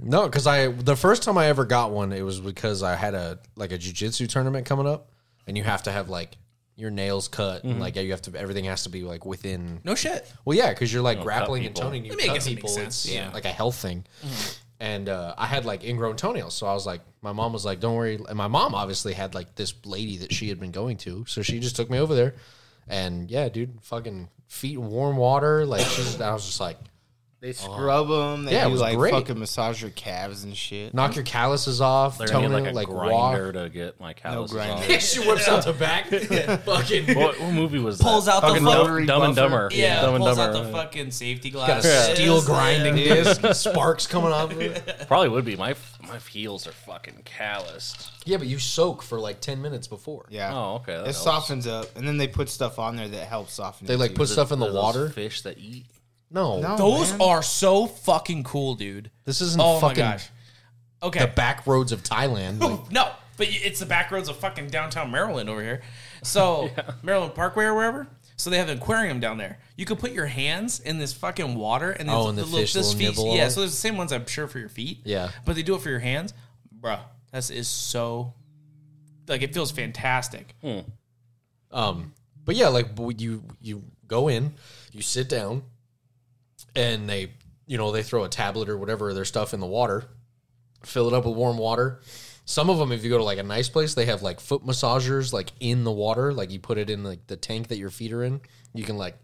No, because I the first time I ever got one, it was because I had a like a jujitsu tournament coming up, and you have to have like your nails cut and like you have to everything has to be like within no shit. Well, yeah, because you're like grappling cut and people. toning. You I mean, I cut guess it makes people. sense. It's like a health thing. And uh, I had like ingrown toenails, so I was like, my mom was like, "Don't worry." And my mom obviously had like this lady that she had been going to, so she just took me over there. And yeah, dude, fucking feet, in warm water. Like she's, I was just like, They scrub them. They Oh. Yeah, it do was like great. fucking massage your calves and shit. knock your calluses off, They're toner, gonna need like like, a walk. grinder to get my calluses <laughs> grinder. off. she whips out the <laughs> back, fucking What, what movie was that? Pulls out the Fucking fuck- Dumb, Dumb and Dumber. Yeah, Dumb and pulls Dumber. out the fucking safety got a glass. steel grinding <laughs> disc, sparks coming off. Of it. Probably would be. My f- my heels are fucking calloused. Yeah, but you soak for like ten minutes before. Yeah. Oh, okay. that It helps. softens up, and then they put stuff on there that helps soften. They it like too. put stuff in the Are those water. Fish that eat. No, No, Those man. are so fucking cool, dude. This isn't Oh fucking my gosh. Okay. the back roads of Thailand. <laughs> Like, no, but y- it's the back roads of fucking downtown Maryland over here. <laughs> So Maryland Parkway or wherever. So they have an aquarium down there. You could put your hands in this fucking water and Oh, there's and the little- fish this will feet- nibble Yeah, on it? so there's the same ones I'm sure for your feet. Yeah. but they do it for your hands, bruh. That is so. Like it feels fantastic. Hmm. um, but yeah, like w- you you go in, you sit down, and they you know they throw a tablet or whatever of their stuff in the water, fill it up with warm water. Some of them, if you go to like a nice place, they have like foot massagers like in the water. Like you put it in like the tank that your feet are in. You can like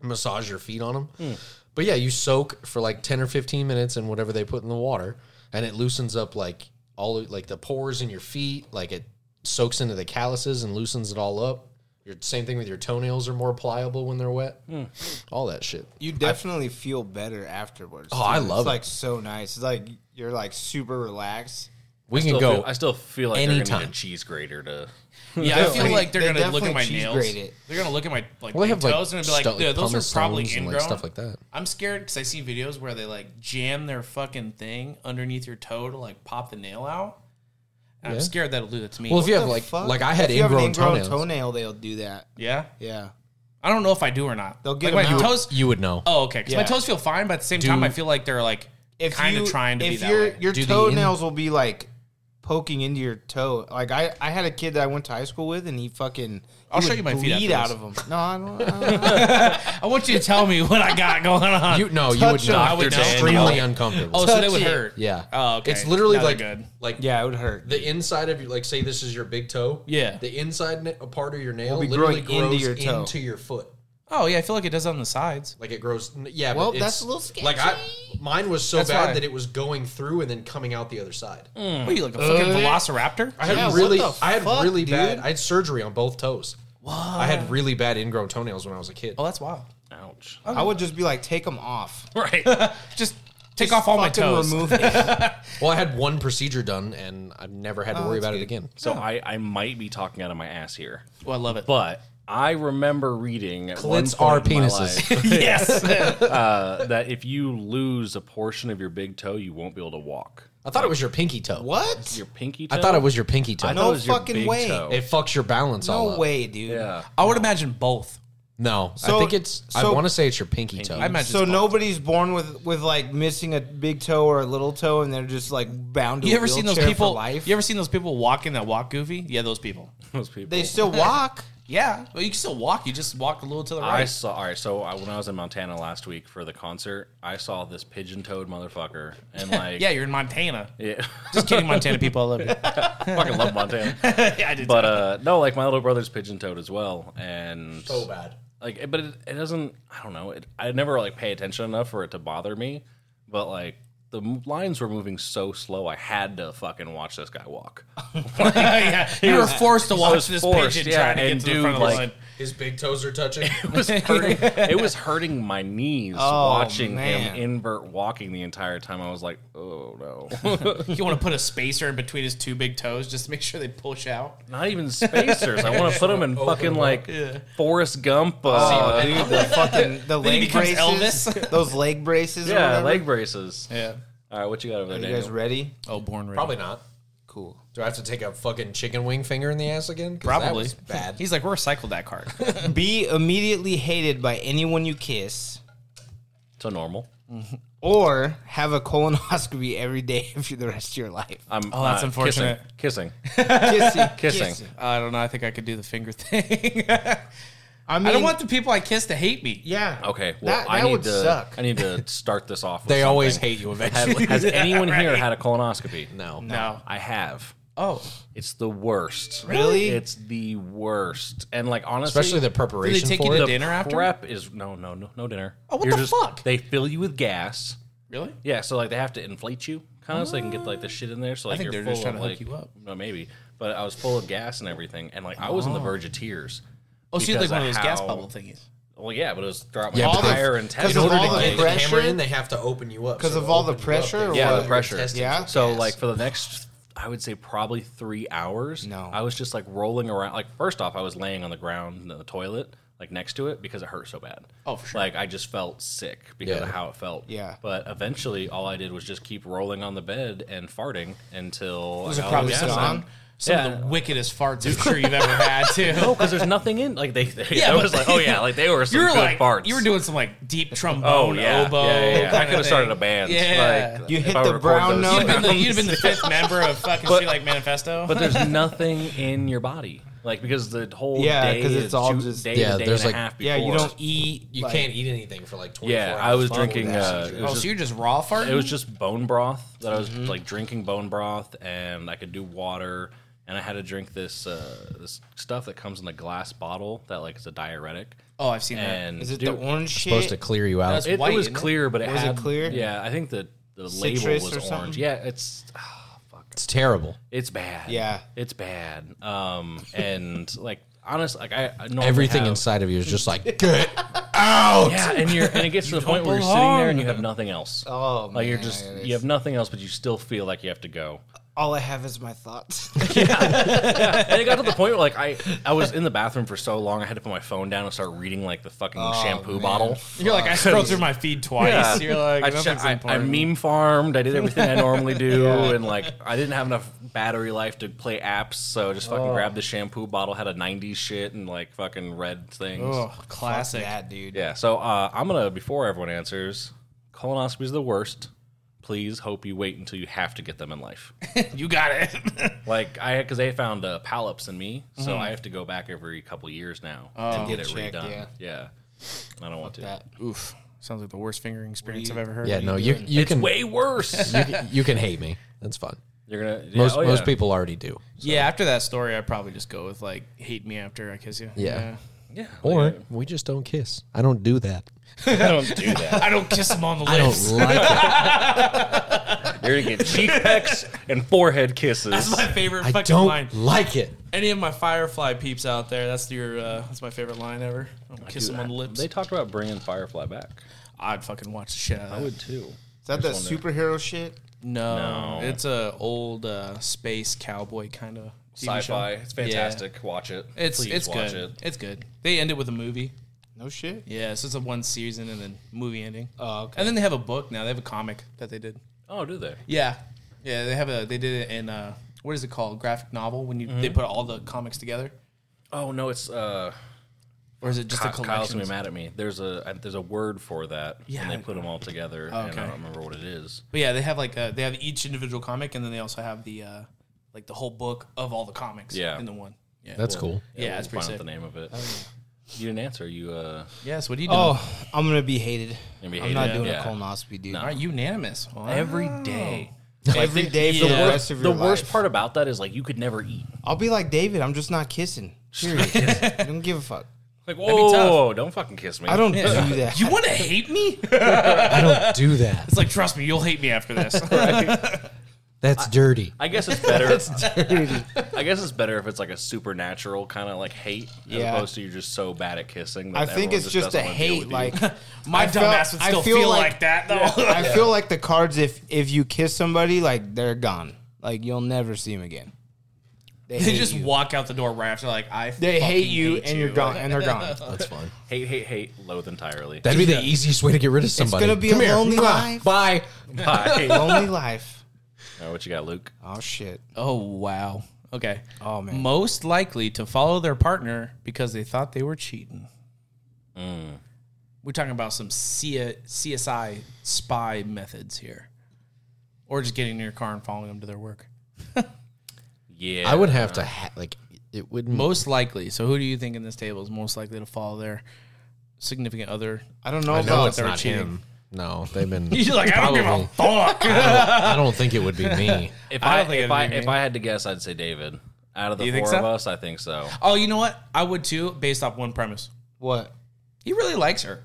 massage your feet on them. But yeah, you soak for like 10 or 15 minutes in whatever they put in the water and it loosens up like all like the pores in your feet, like it soaks into the calluses and loosens it all up. Your same thing with your toenails are more pliable when they're wet. Hmm. All that shit. You definitely feel better afterwards. Oh, I love it's it. Like so nice. It's like you're like super relaxed. We can Still go. feel- I still feel like they're gonna need anytime. a cheese grater to. Yeah, I feel They- like they're they gonna look at definitely my cheese nails. grate it. They're gonna look at my like well, they my have like, toes and be like, stuff- "Dude, those pumice are probably stones and, ingrown." like stuff like that. I'm scared because I see videos where they like jam their fucking thing underneath your toe to like pop the nail out. And I'm Yeah. scared that'll do that to me. Well, if you The have like fuck? like I had If you have an ingrown, toenails, toenail, they'll do that. yeah, Yeah. I don't know if I do or not. They'll get like, my them out. toes. you would know. Oh, okay. 'cause my Yeah. toes feel fine, but at the same time, I feel like they're like If kind you- of trying to if be that your way. your Do the in- toenails will be like poking into your toe. Like I, I had a kid that I went to high school with, and he fucking. I'll he show would you my feet bleed out after of him. No, I don't. I don't I want you to tell me what I got <laughs> going on. You no, you would Touch 'em. not. Oh, I would It's know. extremely uncomfortable. oh, so they touch would it. hurt. yeah. Oh, okay. It's literally Now they're like good. like yeah, it would hurt. the inside of your like say this is your big toe. Yeah. The inside na- a part of your nail be literally growing into grows into your, your toe. foot. Oh yeah, I feel like it does on the sides. Like it grows. n- Yeah. Well, but that's it's- a little sketchy. Like I, mine was so That's bad why. that it was going through and then coming out the other side. Hmm. What are you like a fucking Uh, velociraptor? I had Mm. Yeah, what really, the I had fuck, really dude? bad. I had surgery on both toes. I had really bad ingrown toenails when I was a kid. Oh, that's wild. Ouch. I would just be like, take them off. Right. Just take off all my Fucking toes. Remove <laughs> it. Well, I had one procedure done and I've never had to Oh, worry about it again. so I, I might be talking out of my ass here, Oh, I love it. <laughs> but I remember reading at one Clits point are in my penises. life, <laughs> yes. uh, that if you lose a portion of your big toe, you won't be able to walk. <laughs> I thought it was your pinky toe. What? Your pinky toe. I thought it was your pinky toe. I No thought it was your fucking big way. toe. It fucks your balance all No up. way, dude. yeah. <laughs> I would imagine both. No, I So- think it's. I so- want to say it's your pinky toe. I imagine. So both. nobody's born with with like missing a big toe or a little toe, and they're just like bound to. You a ever seen those wheelchair for people? Life? You ever seen those people walking that walk goofy? Yeah, those people. Those people. they still walk. Yeah, well, you can still walk. You just walk a little to the I right. saw. All right, so I, when I was in Montana last week for the concert, I saw this pigeon-toed motherfucker, <laughs> and like, yeah, you're in Montana. yeah, Just kidding, Montana people. I love you. <laughs> fucking love Montana. <laughs> yeah, I did. But uh, no, like my little brother's pigeon-toed as well, and so bad. like, it- but it, it doesn't. I don't know. It, I never like pay attention enough for it to bother me, but like. The m- lines were moving so slow, I had to fucking watch this guy <laughs> walk. <laughs> yeah, you were forced to was watch this forced, pigeon yeah, trying to get and to the dude, front of the like- line. His big toes are touching. hurting- it was hurting my knees watching Oh, man. him invert walking the entire time. I was like, oh no. <laughs> <laughs> You want to put a spacer in between his two big toes just to make sure they push out. Not even spacers. I want to put them in fucking like Forrest Gump. Oh, Uh, <laughs> dude, the fucking the he leg becomes braces. <laughs> Elvis. Those leg braces. or yeah, whatever. leg braces. Yeah. All right, what you got over there, You guys Daniel? ready? Oh, born ready. Probably not. Cool. Do I have to take a fucking chicken wing finger in the ass again? 'Cause that <laughs> Probably was bad. He's like, we're recycled that card. Be immediately hated by anyone you kiss, So normal. or have a colonoscopy every day <laughs> for the rest of your life. I'm, Oh, that's unfortunate. Kissing. kissing. Kissing, Kissing. <laughs> I don't know. I think I could do the finger <laughs> thing. I mean, I don't want the people I kiss to hate me. Yeah. Okay, well, That- I that need would to. suck. I need to start this <laughs> off. With They always something. hate you eventually. <laughs> Have- has anyone here had a colonoscopy? no. No. I have. Oh, It's the worst. Really? It's the worst. And like honestly, Especially the preparation take you for to it. the- dinner after? Prep is no, no, no, no dinner. Oh, what the fuck? They fill you with gas. really? Yeah, so like they have to inflate you kind of so they can get like the shit in there. So like think you're they're full just trying of, to hook like, you up. No, maybe. But I was full of gas and everything, and like I was on the verge of tears. Oh, she's like because one of those gas how- bubble thingies. Well, yeah, but it was throughout my Yeah, but entire the- intestine. because of all the Get the pressure? hammer in, they have to open you up. 'Cause So of to all the open you up, pressure they or fill Yeah, the your pressure. intestines Yeah? with So gas. like for the next, I would say probably three hours. No. I was just like rolling around. Like first off, I was laying on the ground in the toilet, like next to it, because it hurt so bad. Oh, for sure. Like I just felt sick because of Yeah. how it felt. Yeah. But eventually, all I did was just keep rolling on the bed and farting until Was I it got probably gas still out. on? Some Yeah. of the wickedest farts I'm sure you've ever had too. <laughs> No, because there's nothing in. Like they, they <laughs> Yeah, yeah, but- was like, oh yeah, like they <laughs> were some you were good like, farts. you were doing some like deep trombone, Oh yeah, oboe. yeah, yeah, yeah. I kinda could have thing. started a band. Yeah. Like, You if hit I the record brown those. note. You'd have been the- you'd <laughs> have been the fifth member of fucking she like manifesto. But there's nothing in your body, like because the whole Yeah, day 'cause it's is all ju- just- day, Yeah, to day there's and like- a half. Yeah, you before. don't eat. You like- can't eat anything for like 24 Yeah, hours. I was Fuck. drinking. that's Uh, it, oh, was so just, you're Mm-hmm. just raw farting. it was just bone broth that I was like drinking bone broth, and I could do water, and I had to drink this uh, this stuff that comes in a glass bottle that like is a diuretic. oh, I've seen that. And Is it dude, the orange shit? supposed to clear you out. That's- It, white, it was isn't it? clear, but it Was it had, clear? Yeah, I think the the Citrus label or was something? orange. Yeah, it's It's terrible. it's bad. Yeah. it's bad. Um, and like honestly, like I, I normally Everything have- inside of you is just like get out. Yeah, and you're and it gets to the point where you're sitting there and you have nothing else. Oh, like you're man, just it's- you have nothing else, but you still feel like you have to go. All I have is my thoughts. <laughs> And it got to the point where like I I was in the bathroom for so long, I had to put my phone down and start reading like the fucking Oh, shampoo bottle. You're like, I <laughs> scrolled through my feed twice. You're like, I, che- nothing's I, I important. meme farmed. I did everything <laughs> I normally do, and like I didn't have enough battery life to play apps, so I just Oh. fucking grabbed the shampoo bottle, had a '90s shit, and like fucking read things. oh, <laughs> classic. that dude. Yeah. So uh, I'm gonna before everyone answers, colonoscopy is the worst. please hope you wait until you have to get them in <laughs> life. you got <laughs> it. like I, because they found uh, polyps in me, Mm-hmm. so I have to go back every couple years now Oh, and get it checked, redone. yeah. Yeah. I don't want to. that. Oof. Sounds like the worst fingering experience I've ever heard. Yeah, no, you you it's can way <laughs> worse. you can, you can hate me. That's fine. You're gonna yeah, Most oh, most yeah. people already do. Yeah, after that story, I'd probably just go with like, hate me after I kiss you. Yeah. Yeah, Or like, uh, we just don't kiss. I don't do that. <laughs> I don't do that. <laughs> I don't kiss him on the I don't lips. like it. You're gonna get cheek pecks and forehead kisses. That's my favorite I fucking don't line. like it. Any of my Firefly peeps out there, that's your uh, that's my favorite line ever. I don't kiss him on the lips. They talked about bringing Firefly back. I'd fucking watch the shit out of that. I would too. Is that that superhero shit? No. No, it's a old uh, space cowboy kind of Sci-fi. It's fantastic. Watch it. It's Please it's watch good. it. It's good. They end it with a movie. No shit. Yeah, so it's a one season and then movie ending. Oh, okay. and then they have a book now. They have a comic that they did. Oh, do they? Yeah, yeah. They have a. They did it in uh, what is it called? Graphic novel when you they Mm-hmm. put all the comics together, Oh no, it's uh. or is it just a Ky- Kyle's collection? gonna be mad at me. There's a uh, there's a word for that. Yeah, and I they put them all together. And Okay. I don't remember what it is. But yeah, they have like uh they have each individual comic, and then they also have the uh, like the whole book of all the comics. Yeah. in the one. Yeah, That's cool. yeah. we'll that's pretty find sick. out the name of it. You didn't answer. You uh. Yes. What do you do? Oh, I'm gonna be hated. Gonna be I'm hated. not doing Yeah. a colonoscopy, dude. <laughs> All right, unanimous. Every day. Every day for Yeah. the rest of the your life. worst part about that is like you could never eat. I'll be like David. I'm just not kissing. Seriously, <laughs> I don't give a fuck. Like tough. whoa, don't fucking kiss me. I don't do that. You want to hate <laughs> me? I don't do that. It's like, trust me, you'll hate me after <laughs> this. That's dirty. I guess it's <laughs> better. I guess it's better if it's like a supernatural kind of like hate, as Yeah. opposed to you're just so bad at kissing. That I <laughs> think everyone it's just a doesn't wanna deal hate. with you. Like My I felt- dumbass would I still feel, feel like, like- that, though. I feel like the cards. If if you kiss somebody, like they're gone. Like you'll never see them again. <laughs> They hate just you. walk out the door right after, like, I they fucking hate you and you're gone and they're gone. That's fine. hate, hate, hate, loathe entirely. That'd be the easiest way to get rid of somebody. gonna be Come a here. lonely Mwah. life. Bye. <laughs> Bye. Lonely life. All right, what you got, Luke? Oh shit. Oh, wow. Okay. Oh, man. Most likely to follow their partner because they thought they were cheating. Mm. We're talking about some C- CSI spy methods here. Or just getting in your car and following them to their work. Yeah, I would have to ha- like it would not Most likely. So, who do you think in this table is most likely to follow their significant other? I don't know. I know about it's they're not cheating. him. No, they've been. <laughs> You're like, I don't <laughs> give a Probably. fuck. I don't think it would be me. If I I, don't think it'd if I be me. if I had to guess, I'd say David. Out of the You four think of so? us, I think so. Oh, you know what? I would too, based off one premise. What? He really likes her.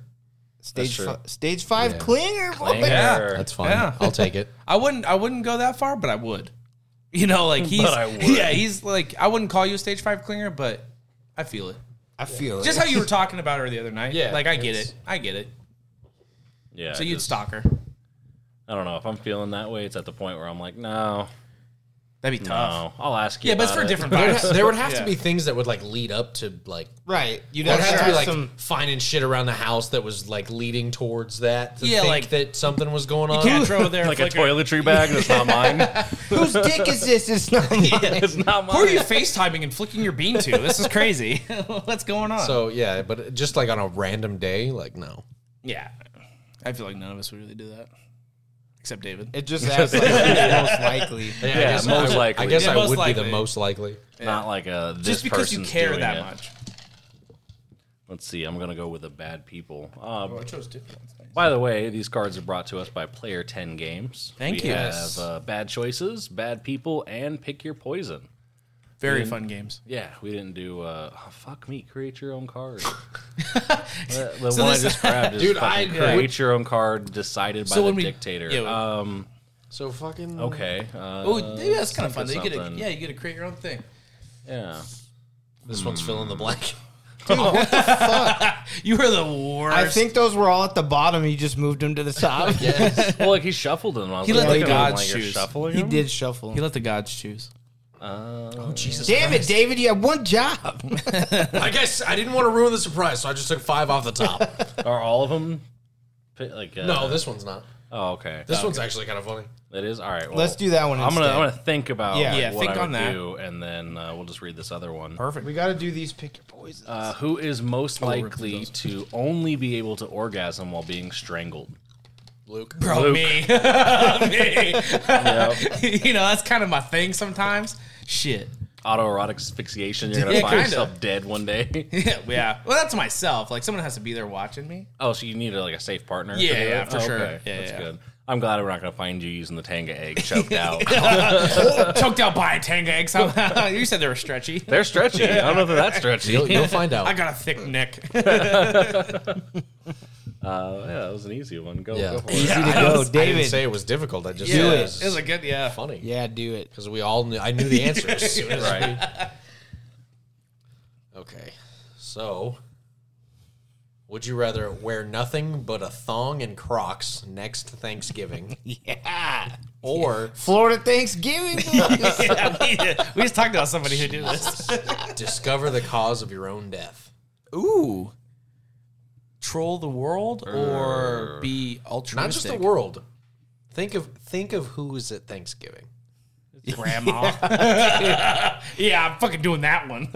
Stage true. fi- stage five clinger. boy. Banger. That's fine. Yeah. I'll take it. I wouldn't. I wouldn't go that far, but I would. You <laughs> know, like he's. I would. Yeah, he's like. I wouldn't call you a stage five clinger, but I feel it. I feel Just it. how you were talking about her the other night. Yeah, like I get it's- it. I get it. Yeah. So you'd just- stalk her. I don't know if I'm feeling that way. It's at the point where I'm like, no, That'd be tough. no, I'll ask you. Uh, Yeah, but it's about for it. different There would, <laughs> vibes. ha- there would have Yeah. to be things that would like lead up to like. right. You'd There have would have to be like <laughs> some. finding shit around the house that was like leading towards that. To Yeah, think like- that something was going on. <laughs> Can't throw there. Like a flicker. <laughs> toiletry bag that's not mine. <laughs> Whose dick is this? It's not mine. it's not mine. Who are you FaceTiming and flicking your bean to? This is crazy. <laughs> What's going on? So yeah, but just like on a random day, like no. yeah, I feel like none of us would really do that, except David. It just acts like it's most likely. Yeah, most I, likely. I guess Yeah, I most would be likely. the most likely. Not like a this Just because you person's care doing that it. much. Let's see. I'm gonna go with the bad people. Uh, I chose two. By the way, these cards are brought to us by Player 10 Games. Thank we you. have uh, Bad Choices, Bad People, and Pick Your Poison. Very fun games. Yeah, we didn't do, uh, oh, fuck me, create your own <laughs> card. the the So one this- I just grabbed <laughs> is Dude, fucking I- create your own card decided by So the when we- dictator. yeah, we- um, So fucking okay. Uh, Oh, yeah, that's kind of fun. think You of get to, something. yeah, you get to create your own thing. yeah. This one's fill in the blank. You are the worst. I think those were all at the bottom. You just moved them to the top. Well, like he shuffled them. I was He like, let the look at him, gods like, you're choose. shuffling <laughs> He them? did shuffle. he let the gods choose. Oh Jesus! Damn it, David! You have one job. I guess I didn't want to ruin the surprise, so I just took five off the top. Are all of them? pi- Like, uh, <laughs> no, this one's not. Oh, okay. This one's actually kind of funny. It is all right. Well, Let's do that one. I'm gonna instead. I'm gonna think about Yeah. like, Yeah, what think I on would that. do, and then uh, we'll just read this other one. Perfect. Oh, We got to do these pick your poison. Uh, who is most rip through <laughs> likely to only be able to orgasm while being strangled? Luke. Bro, Luke. me. <laughs> me. <laughs> you know, that's kind of my thing sometimes. Shit. <laughs> Autoerotic asphyxiation. You're gonna Yeah, find kinda. yourself dead one <laughs> day. Yeah, yeah. Well, that's myself. Like, someone has to be there watching me. <laughs> oh, so you need like a safe partner. Yeah, do yeah, that? Oh, for sure. Yeah, That's yeah. good. I'm glad we're not gonna find you using the tanga <laughs> egg choked out. Choked out by a tang egg somehow. <laughs> you said they were stretchy. They're stretchy. I don't know if they're that stretchy. You'll, <laughs> you'll find out. <laughs> I got a thick neck. Oh, yeah, that was an easy one. Go, Yeah. go <laughs> for it. Easy to Yeah, I go, was- I didn't David. say it was difficult. I just Yeah, said it. it was- was It was a good, yeah. funny. Yeah, do it. <laughs> because we all knew. I knew <laughs> the answer as soon as Right. we. Okay, so would you rather wear nothing but a thong and Crocs next Thanksgiving, Yeah. or Florida <laughs> Thanksgiving. boys. <laughs> Yeah, we, we just talked about somebody who did this. discover the cause of your own death? Ooh. Troll the world or be altruistic? Not just the world. Think of think of who's at Thanksgiving. Grandma. <laughs> yeah, I'm fucking doing that one. <laughs>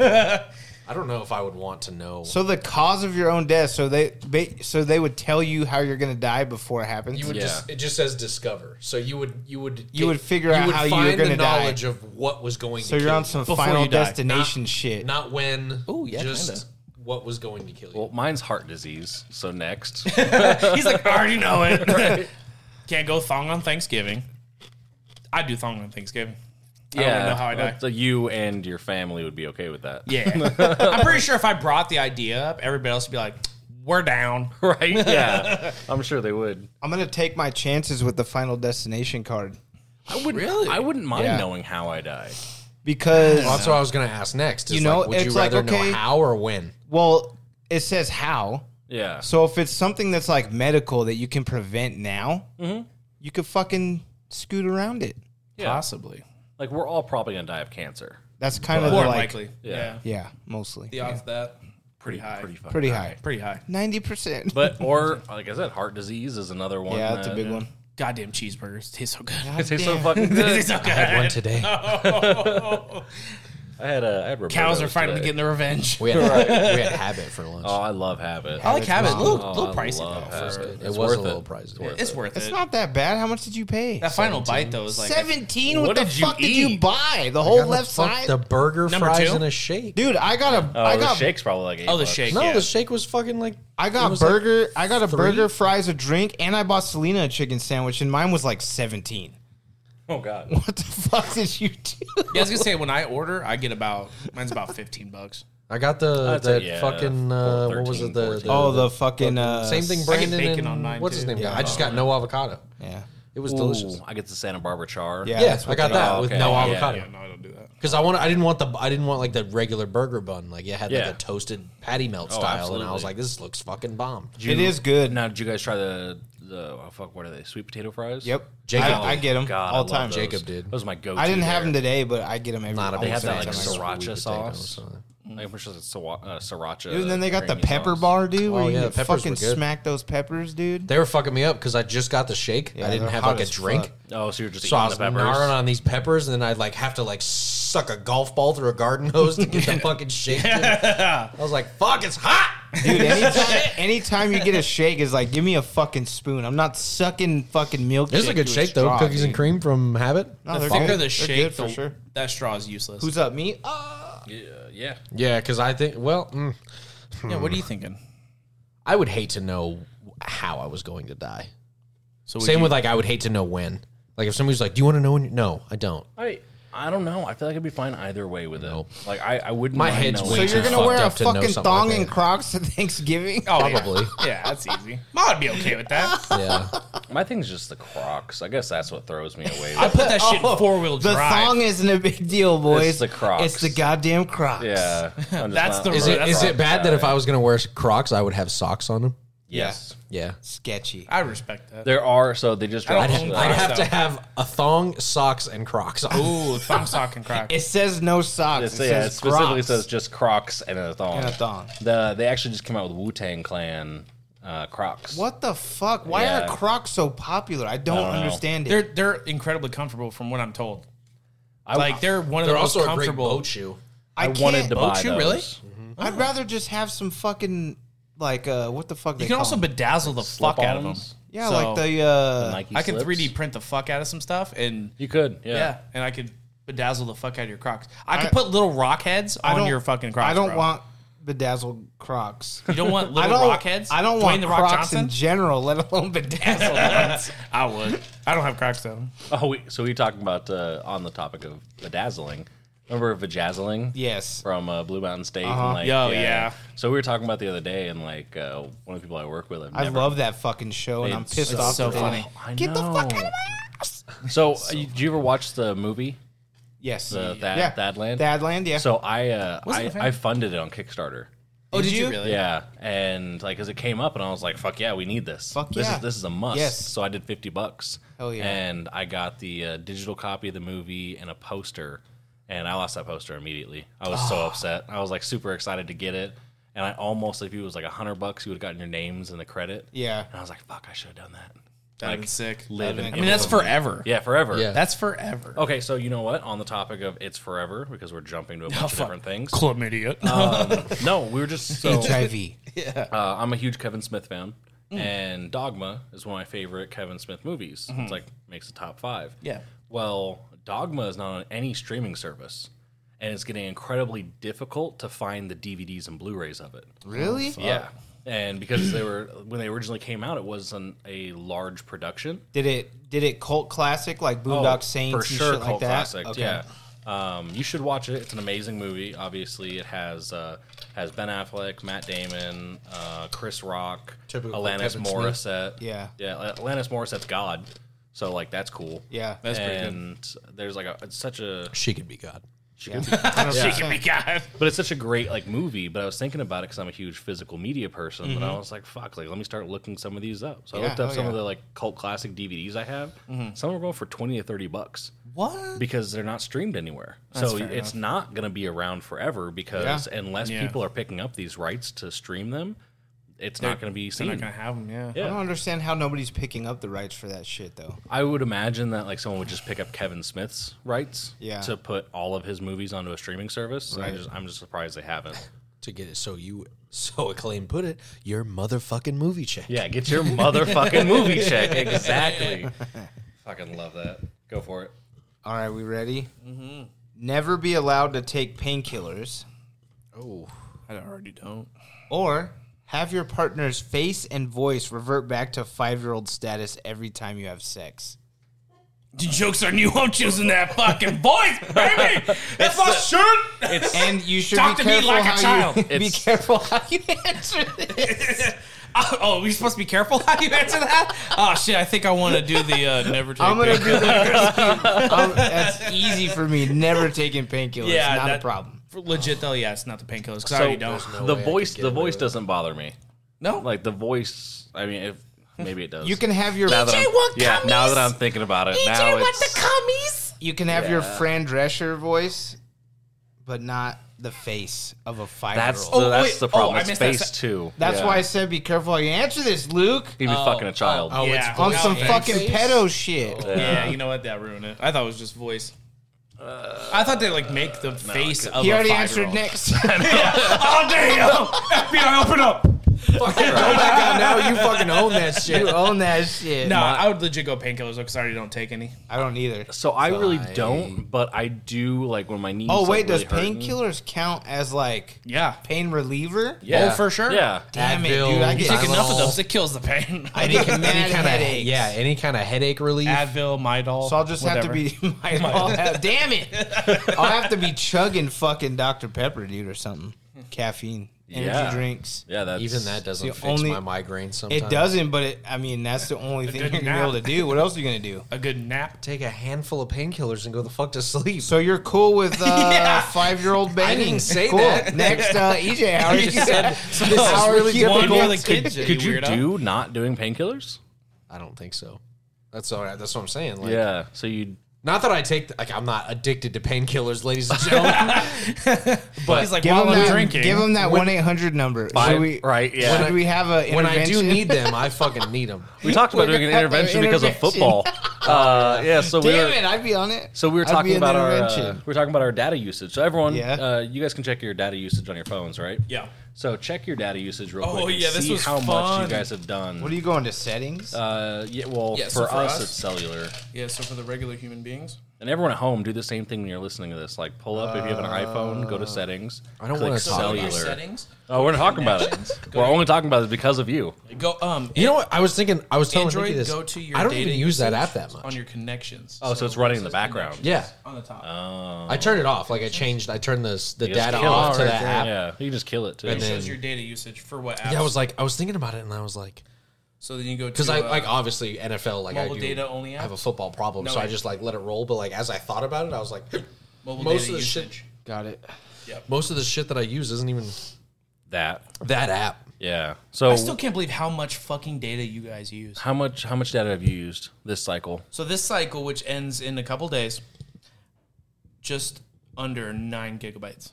I don't know if I would want to know. so the cause of your own death. So they, they so they would tell you how you're gonna die before it happens. you would Yeah. just it just says discover. So you would you would You would figure out how you were find gonna the die. knowledge of what was going. to so you're kill on you. some Before final you die. destination shit. not when. Ooh, yeah, just what was going to kill you. Well, mine's heart disease. So <laughs> next. He's like, I already know it. Can't go thong on Thanksgiving. I do thong on Thanksgiving. I don't even know how I die. So you and your family would be okay with that. Yeah. <laughs> I'm pretty sure if I brought the idea up, everybody else would be like, we're down. <laughs> Right? <laughs> Yeah. I'm sure they would. I'm gonna take my chances with the final destination card I wouldn't Really? I wouldn't mind Yeah. knowing how I die. because Well, that's what I was going to ask next. Is You know, like, would you it's like, rather okay- know how or when? well, it says how. Yeah. So if it's something that's like medical that you can prevent now, you could fucking scoot around it. Yeah. Possibly. Like we're all probably gonna die of cancer. That's kind of More the, like likely. Yeah. yeah, mostly The odds of that, pretty, high. Pretty fucking pretty high, pretty high. ninety percent. But or like I said, heart disease is another one. Yeah, that's a that- big one. Goddamn cheeseburgers taste so good. <laughs> It tastes so fucking They good. taste so good. One today. I had a I had Cows are Roberto's finally today. getting their revenge. We had, we had habit for lunch. Oh, I love habit. I like having it. A little, Oh, little I pricey love though. Habit. for- it It's was a worth little it. pricey. It's worth It's it. not that bad. How much did you pay? that final bite though is like Seventeen. What, What the did you fuck did you eat? buy? The whole left Fuck side, the burger, Number fries, two? and a shake. dude. I got a. Oh, I the got. shake's probably like eight Oh, the bucks. shake. no, yeah. the shake was fucking like. I it got was like- burger. I got a three? burger, fries, a drink, and I bought Selena a chicken sandwich, and mine was like seventeen. <laughs> Oh god. What the fuck did you do? Yeah, I was gonna say when I order, I get about mine's about fifteen bucks. I got the I'd say, that yeah, fucking uh, what was 13, it the, 14. the Oh, the fucking uh, same thing I get Brandon bacon and on mine, what's his too. name? Yeah. got? I just got no avocado. Yeah, It was Ooh, delicious. I get the Santa Barbara char. yeah. Yeah, that's I what got they- that Oh, with okay. no Yeah. avocado. Yeah, no, I don't do that. Because I want, I didn't want the, I didn't want like the regular burger bun. Like it had like Yeah. a toasted patty melt style, and I absolutely. was like, this looks fucking bomb. It is good. Now, did you guys try the the oh, fuck? What are they? Sweet potato fries. Oh, Yep. Jacob I, I get them God, I all love time. those. Jacob did. Those are my go. I didn't have them today, but I get them every. Not a all They big have the that like time. fan. sriracha Sweet sauce. potato, so- I'm pretty sure it's sawa- uh, sriracha. Dude, and then they got the creamy pepper sauce. bar, dude, where Oh, you yeah, can the peppers fucking were good. smack those peppers, dude. They were fucking me up because I just got the shake. Yeah, I didn't they're have hot like a as drink, fuck. Oh, so you're just so I eating was the peppers. gnawing on these peppers, and then I'd like have to like suck a golf ball through a garden hose to <laughs> get the fucking shake. dude. I was like, fuck, it's hot. Dude, anytime, anytime you get a shake, is like, give me a fucking spoon. I'm not sucking fucking milk. This is a Oh, good shake though. Cookies and cream from Habit. No, The they're thicker good. the They're shake, good for the- sure. that straw is useless. Who's up? Me? Oh, Yeah, yeah. Yeah, because I think well, mm, yeah, what are you thinking? I would hate to know how I was going to die. So would Same <laughs> you- with like I would hate to know when. Like if somebody's like, "Do you want to know when?" You-? No, I <laughs> don't. I I don't know. I feel like I'd be fine either way with it. Like I, I wouldn't. My mind head's knowing. way too so you're gonna fucked wear a up to know fucking something thong like and that. Crocs to <laughs> Thanksgiving? Oh, yeah. Probably. <laughs> Yeah, <laughs> that's easy. I'd be okay with that. Yeah. My thing's just the Crocs. I guess that's what throws me away. I With. put that shit in four wheel Oh, The drive. thong isn't a big deal, boys. It's the Crocs. It's the goddamn Crocs. yeah, I'm just That's not- the Is Right, it that's is right. it bad that if I was gonna wear Crocs, I would have socks on them? yes. Yeah. Sketchy. I respect that. There are so they just I dropped. don't the- own I'd Crocs, have though. to have a thong, socks, and <laughs> Crocs. Oh, On. Ooh, thumb sock <laughs> and crack. It says no socks. It's, it yeah, it says specifically Crocs. says just Crocs and a thong. And a thong. The they actually just came out with Wu Tang Clan uh, Crocs. What the fuck? Why Yeah. are Crocs so popular? I don't, I don't know. understand They're it. they're incredibly comfortable from what I'm told. I, Like they're one of They're the most also a great comfortable. boat shoe. I, I can't, wanted to buy Boat shoe, those. really? Oh. I'd rather just have some fucking like uh, what the fuck? You can also bedazzle the fuck out of them. Slip-ons? Yeah, So, like the, uh, Nike I can slips. 3D print the fuck out of some stuff, and You could, yeah. yeah, and I could bedazzle the fuck out of your Crocs. I could put little rock heads I on don't- your fucking Crocs. I don't bro. want bedazzled Crocs. You don't want I <laughs> little don't. rock heads. I don't Dwayne want the Rock Crocs in Johnson. Oh, general, let alone <laughs> bedazzled. I would. I don't have Crocs though. Oh, we, so we talking about uh, on the topic of bedazzling. Remember bedazzling? yes. From uh, Blue Mountain State. Uh-huh. And like, Yo, yeah. So we were talking about the other day, and like uh, one of the people I work with, I've I never- love that fucking show, and I'm It's- pissed it's off. so that they- funny. I Get the know. fuck out of my house. <laughs> So, uh, you- did you ever watch the movie Yes. the Thad, yeah. Thadland? Thadland, yeah. So I uh, it I, a fan? I funded it on Kickstarter. Oh, did you? really? Yeah, and like as it came up, and I was like, "Fuck yeah, we need this. Fuck this yeah. is this is a must." Yes. So I did fifty bucks. Hell yeah. And I got the uh, digital copy of the movie and a poster, and I lost that poster immediately. I was Ah. so upset. I was like super excited to get it, and I almost if it was like a hundred bucks, you would have gotten your names and the credit. yeah. Oh, And I was like, "Fuck, I should have done that." That'd Like, been sick. Live That'd and I mean, that's forever. yeah, forever. Yeah. That's forever. Okay, so you know what? On the topic of it's forever, because we're jumping <laughs> to a bunch of fuck. different things. Um, Club idiot. <laughs> No, we were just so. HIV. <laughs> Uh, I'm a huge Kevin Smith fan, Mm. and Dogma is one of my favorite Kevin Smith movies. It's like makes the top five. Mm-hmm. Yeah. Well, Dogma is not on any streaming service, and it's getting incredibly difficult to find the DVDs and Blu-rays of it. Really? Yeah. And because they were when they originally came out, it wasn't a large production. Did it did it cult classic Oh, like Boondock Oh, Saints and shit like that? Okay. Yeah. Um, you should watch it. It's an amazing movie. Obviously, it has uh, has Ben Affleck, Matt Damon, uh, Chris Rock, Typical Alanis Kevin Smith. Morissette. Yeah. yeah. Alanis Morissette's God, so like that's cool. Yeah. That's pretty good. and there's like a it's such a She could be God. She can be God. <laughs> but it's such a great like movie. But I was thinking about it because I'm a huge physical media person, but I was like, fuck, like let me start looking some of these up. So I Mm-hmm. Yeah, looked up oh, some of yeah. Mm-hmm. the like cult classic DVDs I have. Some are going for twenty to thirty bucks What? because they're not streamed anywhere. so it's not going to be around forever because unless Yeah. people are picking up these rights to stream them, it's not going to be They're seen. <laughs> not gonna have them. Yeah. Yeah. I don't understand how nobody's picking up the rights for that shit though. I would imagine that like someone would just pick up Kevin Smith's rights Yeah. to put all of his movies onto a streaming service. I Right. just, I'm just surprised they haven't. To get it so you so acclaim put it, your motherfucking movie check. <laughs> Yeah, get <laughs> your motherfucking movie <laughs> check. Exactly. Fucking love that. Go for it. All right, we ready? Mm-hmm. Never be allowed to take painkillers Oh. I already don't. or have your partner's face and voice revert back to five-year-old status every time you have sex. The jokes on you. I'm choosing that fucking voice, <laughs> baby. That's my shirt. And you should Talk be to me careful like a how child. You, <laughs> be It's- careful how you answer this. <laughs> oh, oh, we supposed to be careful how you answer that? Oh shit! I think I want to do the uh, never <laughs> take. I'm gonna painkillers. do that. I'm- that's easy for me. Never taking painkillers. Yeah, not that- a problem. For legit though, yeah, it's not the painkillers because I already don't. the way I voice, could get the away voice with it. doesn't bother me. No, like, Like the voice. I mean, if maybe it does. You can have your now that I'm, want yeah, now gummies? that I'm thinking about it, EJ now want the it's, commies? you can have your Fran Drescher voice, but not the face of a five year that's the, old. Oh, that's wait. the problem. Oh, I it's missed that face se- too. That's Yeah. why I said be careful how you answer this, Luke. even fucking a child. Oh, yeah, it's On without some face. fucking Face? pedo shit. Oh, Yeah, you know what? That ruined it. I thought it was just voice. I thought they like make the face of. He a already five-year-old. answered <laughs> next. <laughs> Oh damn! FBI, open up. now you fucking own that shit. you own that shit. No, I would legit go painkillers because I already don't take any. I don't either. So I really don't, but I do like when my knees. Oh like, wait, does really hurting. painkillers count as like Yeah. pain reliever? Yeah. Oh, for sure. Yeah. Damn it, Advil, dude! I You get Take enough of Tylenol. those, it kills the pain. I <laughs> <laughs> get mad kinda- headaches. yeah, any kind of headache relief. Advil, Midol. So I'll just whatever. have to be <laughs> my, <laughs> I'll have- damn it. I'll have to be chugging fucking Dr. Pepper, dude, or something. Caffeine. Energy Yeah. drinks. Yeah, that's Even that doesn't the fix only- my migraine sometimes. It doesn't, but it, I mean that's the only thing you're good gonna be nap. able to do. What else are you gonna do? a good nap. Take a handful of painkillers and go the fuck to sleep. So you're <laughs> cool with uh, five-year-old banging? didn't say cool. that. <laughs> Next, uh, <laughs> EJ, how are <laughs> you? said- this is really One difficult. near Oh, the kitchen. Could you weirdo. do not doing painkillers? I don't think so. That's all right. That's what I'm saying. Like, Yeah. So you Not that I take like I'm not addicted to painkillers, ladies and gentlemen. but He's like, Give while him I'm that, drinking. Give him that one eight hundred number. Should Five- we, right, yeah. Should we have a when I do intervention? need them, I fucking need them. we talked about doing an gonna have intervention because of <laughs> intervention. football. Uh, yeah, so we Damn were, it, I'd be on it. so we were I'd be talking an about our uh, intervention. we are talking about our data usage. So everyone, Yeah. uh, you guys can check your data usage on your phones, right? Yeah. So check your data usage real Oh, quick. and yeah, this see was how much fun. you guys have done. What are you going to settings? uh, yeah, well, Yeah, for, so for us, us- it's cellular. Yeah, so for the regular human beings. And everyone at home, do the same thing when you're listening to this. Like, pull up if you have an iPhone, go to settings. Oh. I don't click wanna talk about cellular. settings. Oh, we're not talking about it. Connections. Go We're ahead. only talking about it because of you. Go um You know what? I was thinking. I was telling Android, Android, this. go to your I don't data even use that usage app that much. on your connections. Oh, so it's running in the background. Oh. yeah, On the top. I turned it off. Like I changed. I turned this the You just data kill off it. to that app. Yeah, you can just kill it too. it And shows then- your data usage for what apps. Yeah. I was like, I was thinking about it, and I was like, so then you go to because I uh, like obviously NFL like I mobile do- data only I have a apps? football problem, No, so I wait. just like let it roll. But like as I thought about it, I was like, mobile most data of the usage. shit, Got it. most of the shit that I use isn't even that. that app. Yeah. So I still can't believe how much fucking data you guys use. how much how much data have you used this cycle? So this cycle, which ends in a couple days, just under nine gigabytes.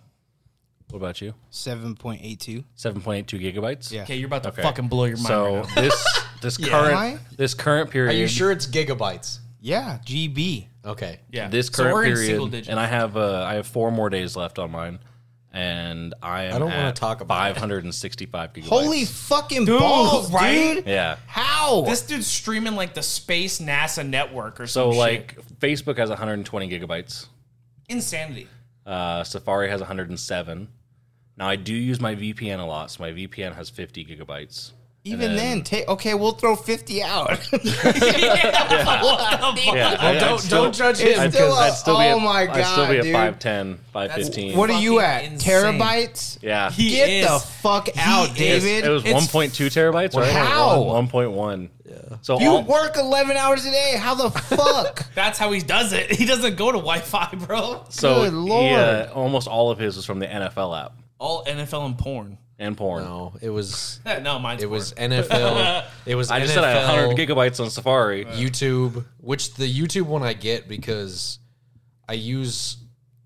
What about you? 7.82. Seven point eight two gigabytes. Yeah. Okay, you're about to Okay. fucking blow your mind. So right now. this <laughs> this Am current this current period. Are you sure it's gigabytes? Yeah, GB. Okay. yeah, This So current we're in single period, digits. and I have uh, I have four more days left on mine, and I am I don't wanna at talk about it. five hundred and sixty five gigabytes. Holy fucking balls, right? dude. yeah. How? This dude's streaming like the space NASA network or So some shit. like Facebook has 120 gigabytes. <laughs> insanity. <laughs> Uh, Safari has 107. Now I do use my VPN a lot, so my VPN has 50 gigabytes. Even then, ta- okay, we'll throw 50 out. <laughs> Yeah, I- I'd don't still- don't judge It's him. I'd- still a- I'd still be at, oh my I'd still be God, at dude. 510, 515. what are you Fucking at? insane. Terabytes? yeah, He Get the is- fuck he out, is- David. it was It's- 1.2 terabytes, right? How? 1.1. Yeah. So you all, work 11 hours a day. How <laughs> the fuck? That's how he does it. <laughs> He doesn't go to Wi-Fi, bro. so Good He, Lord. uh, almost all of his was from the NFL app All NFL and porn. and porn. No, it was Eh, No, mine's it was <laughs> porn. NFL. It was I just NFL, said I had 100 gigabytes on Safari. YouTube, which the YouTube one I get because I use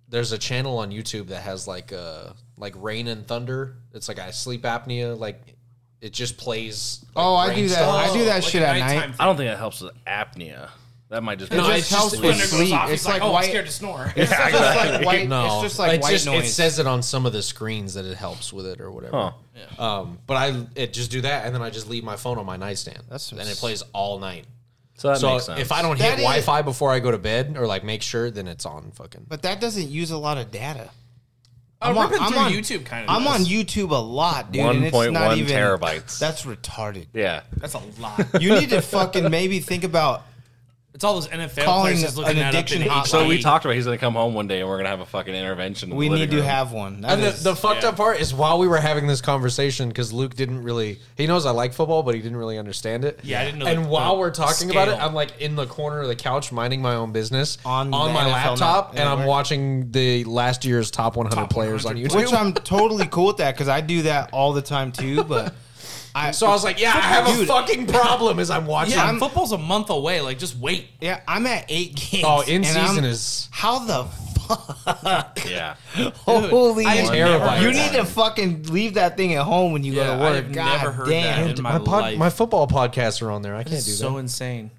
there's a channel on YouTube that has like uh like rain and thunder. It's like I sleep apnea, like it just plays. like, Oh, I rain do that. stuff. I do that like shit a at nighttime night. I don't think that helps with apnea. That might just be It No, just it's helps just When with it goes sleep. off, It's he's like, like oh, I'm white. scared to snore. It's just like white. No, It's just like it's white just- noise. It says it on some of the screens that it helps with it or whatever. Huh. Um, but I it just do that, and then I just leave my phone on my nightstand, That's some and it s- plays all night. So that So makes sense. if I don't That hit is- Wi-Fi before I go to bed or like make sure, then it's on fucking. but that doesn't use a lot of data. Oh, I'm on- ripping I'm through on- YouTube kind of. I'm on does. YouTube a lot, dude. and it's not 1.1 even, terabytes. That's retarded. yeah. That's a lot. You need to fucking maybe think about It's all those NFL Calling players just looking an that addiction up in hotline. So we HD. talked about he's going to come home one day and we're going to have a fucking intervention. in we the need living to room. have one. That And the, is- the fucked up part is while we were having this conversation, because Luke didn't really, he knows I like football, but he didn't really understand it. Yeah, I didn't know And the- while the we're talking about it, scale. I'm like in the corner of the couch minding my own business On on, the my NFL laptop, net- and I'm network. watching the last year's top 100 players on YouTube. which I'm totally cool with that because I do that all the time too. But <laughs> I so I was like, yeah, I have a Dude. fucking problem as I'm watching. Yeah, football's a month away. Like, just wait. yeah, I'm at eight games. Oh, in and I'm- season is how the fuck? Yeah. <laughs> Holy I have shit. never Terabytes. heard You that. need to fucking leave that thing at home when you go Yeah, to work. I have God never heard damn. that in my, my, pod, life. my football podcasts are on there. I can't It's do so that. insane.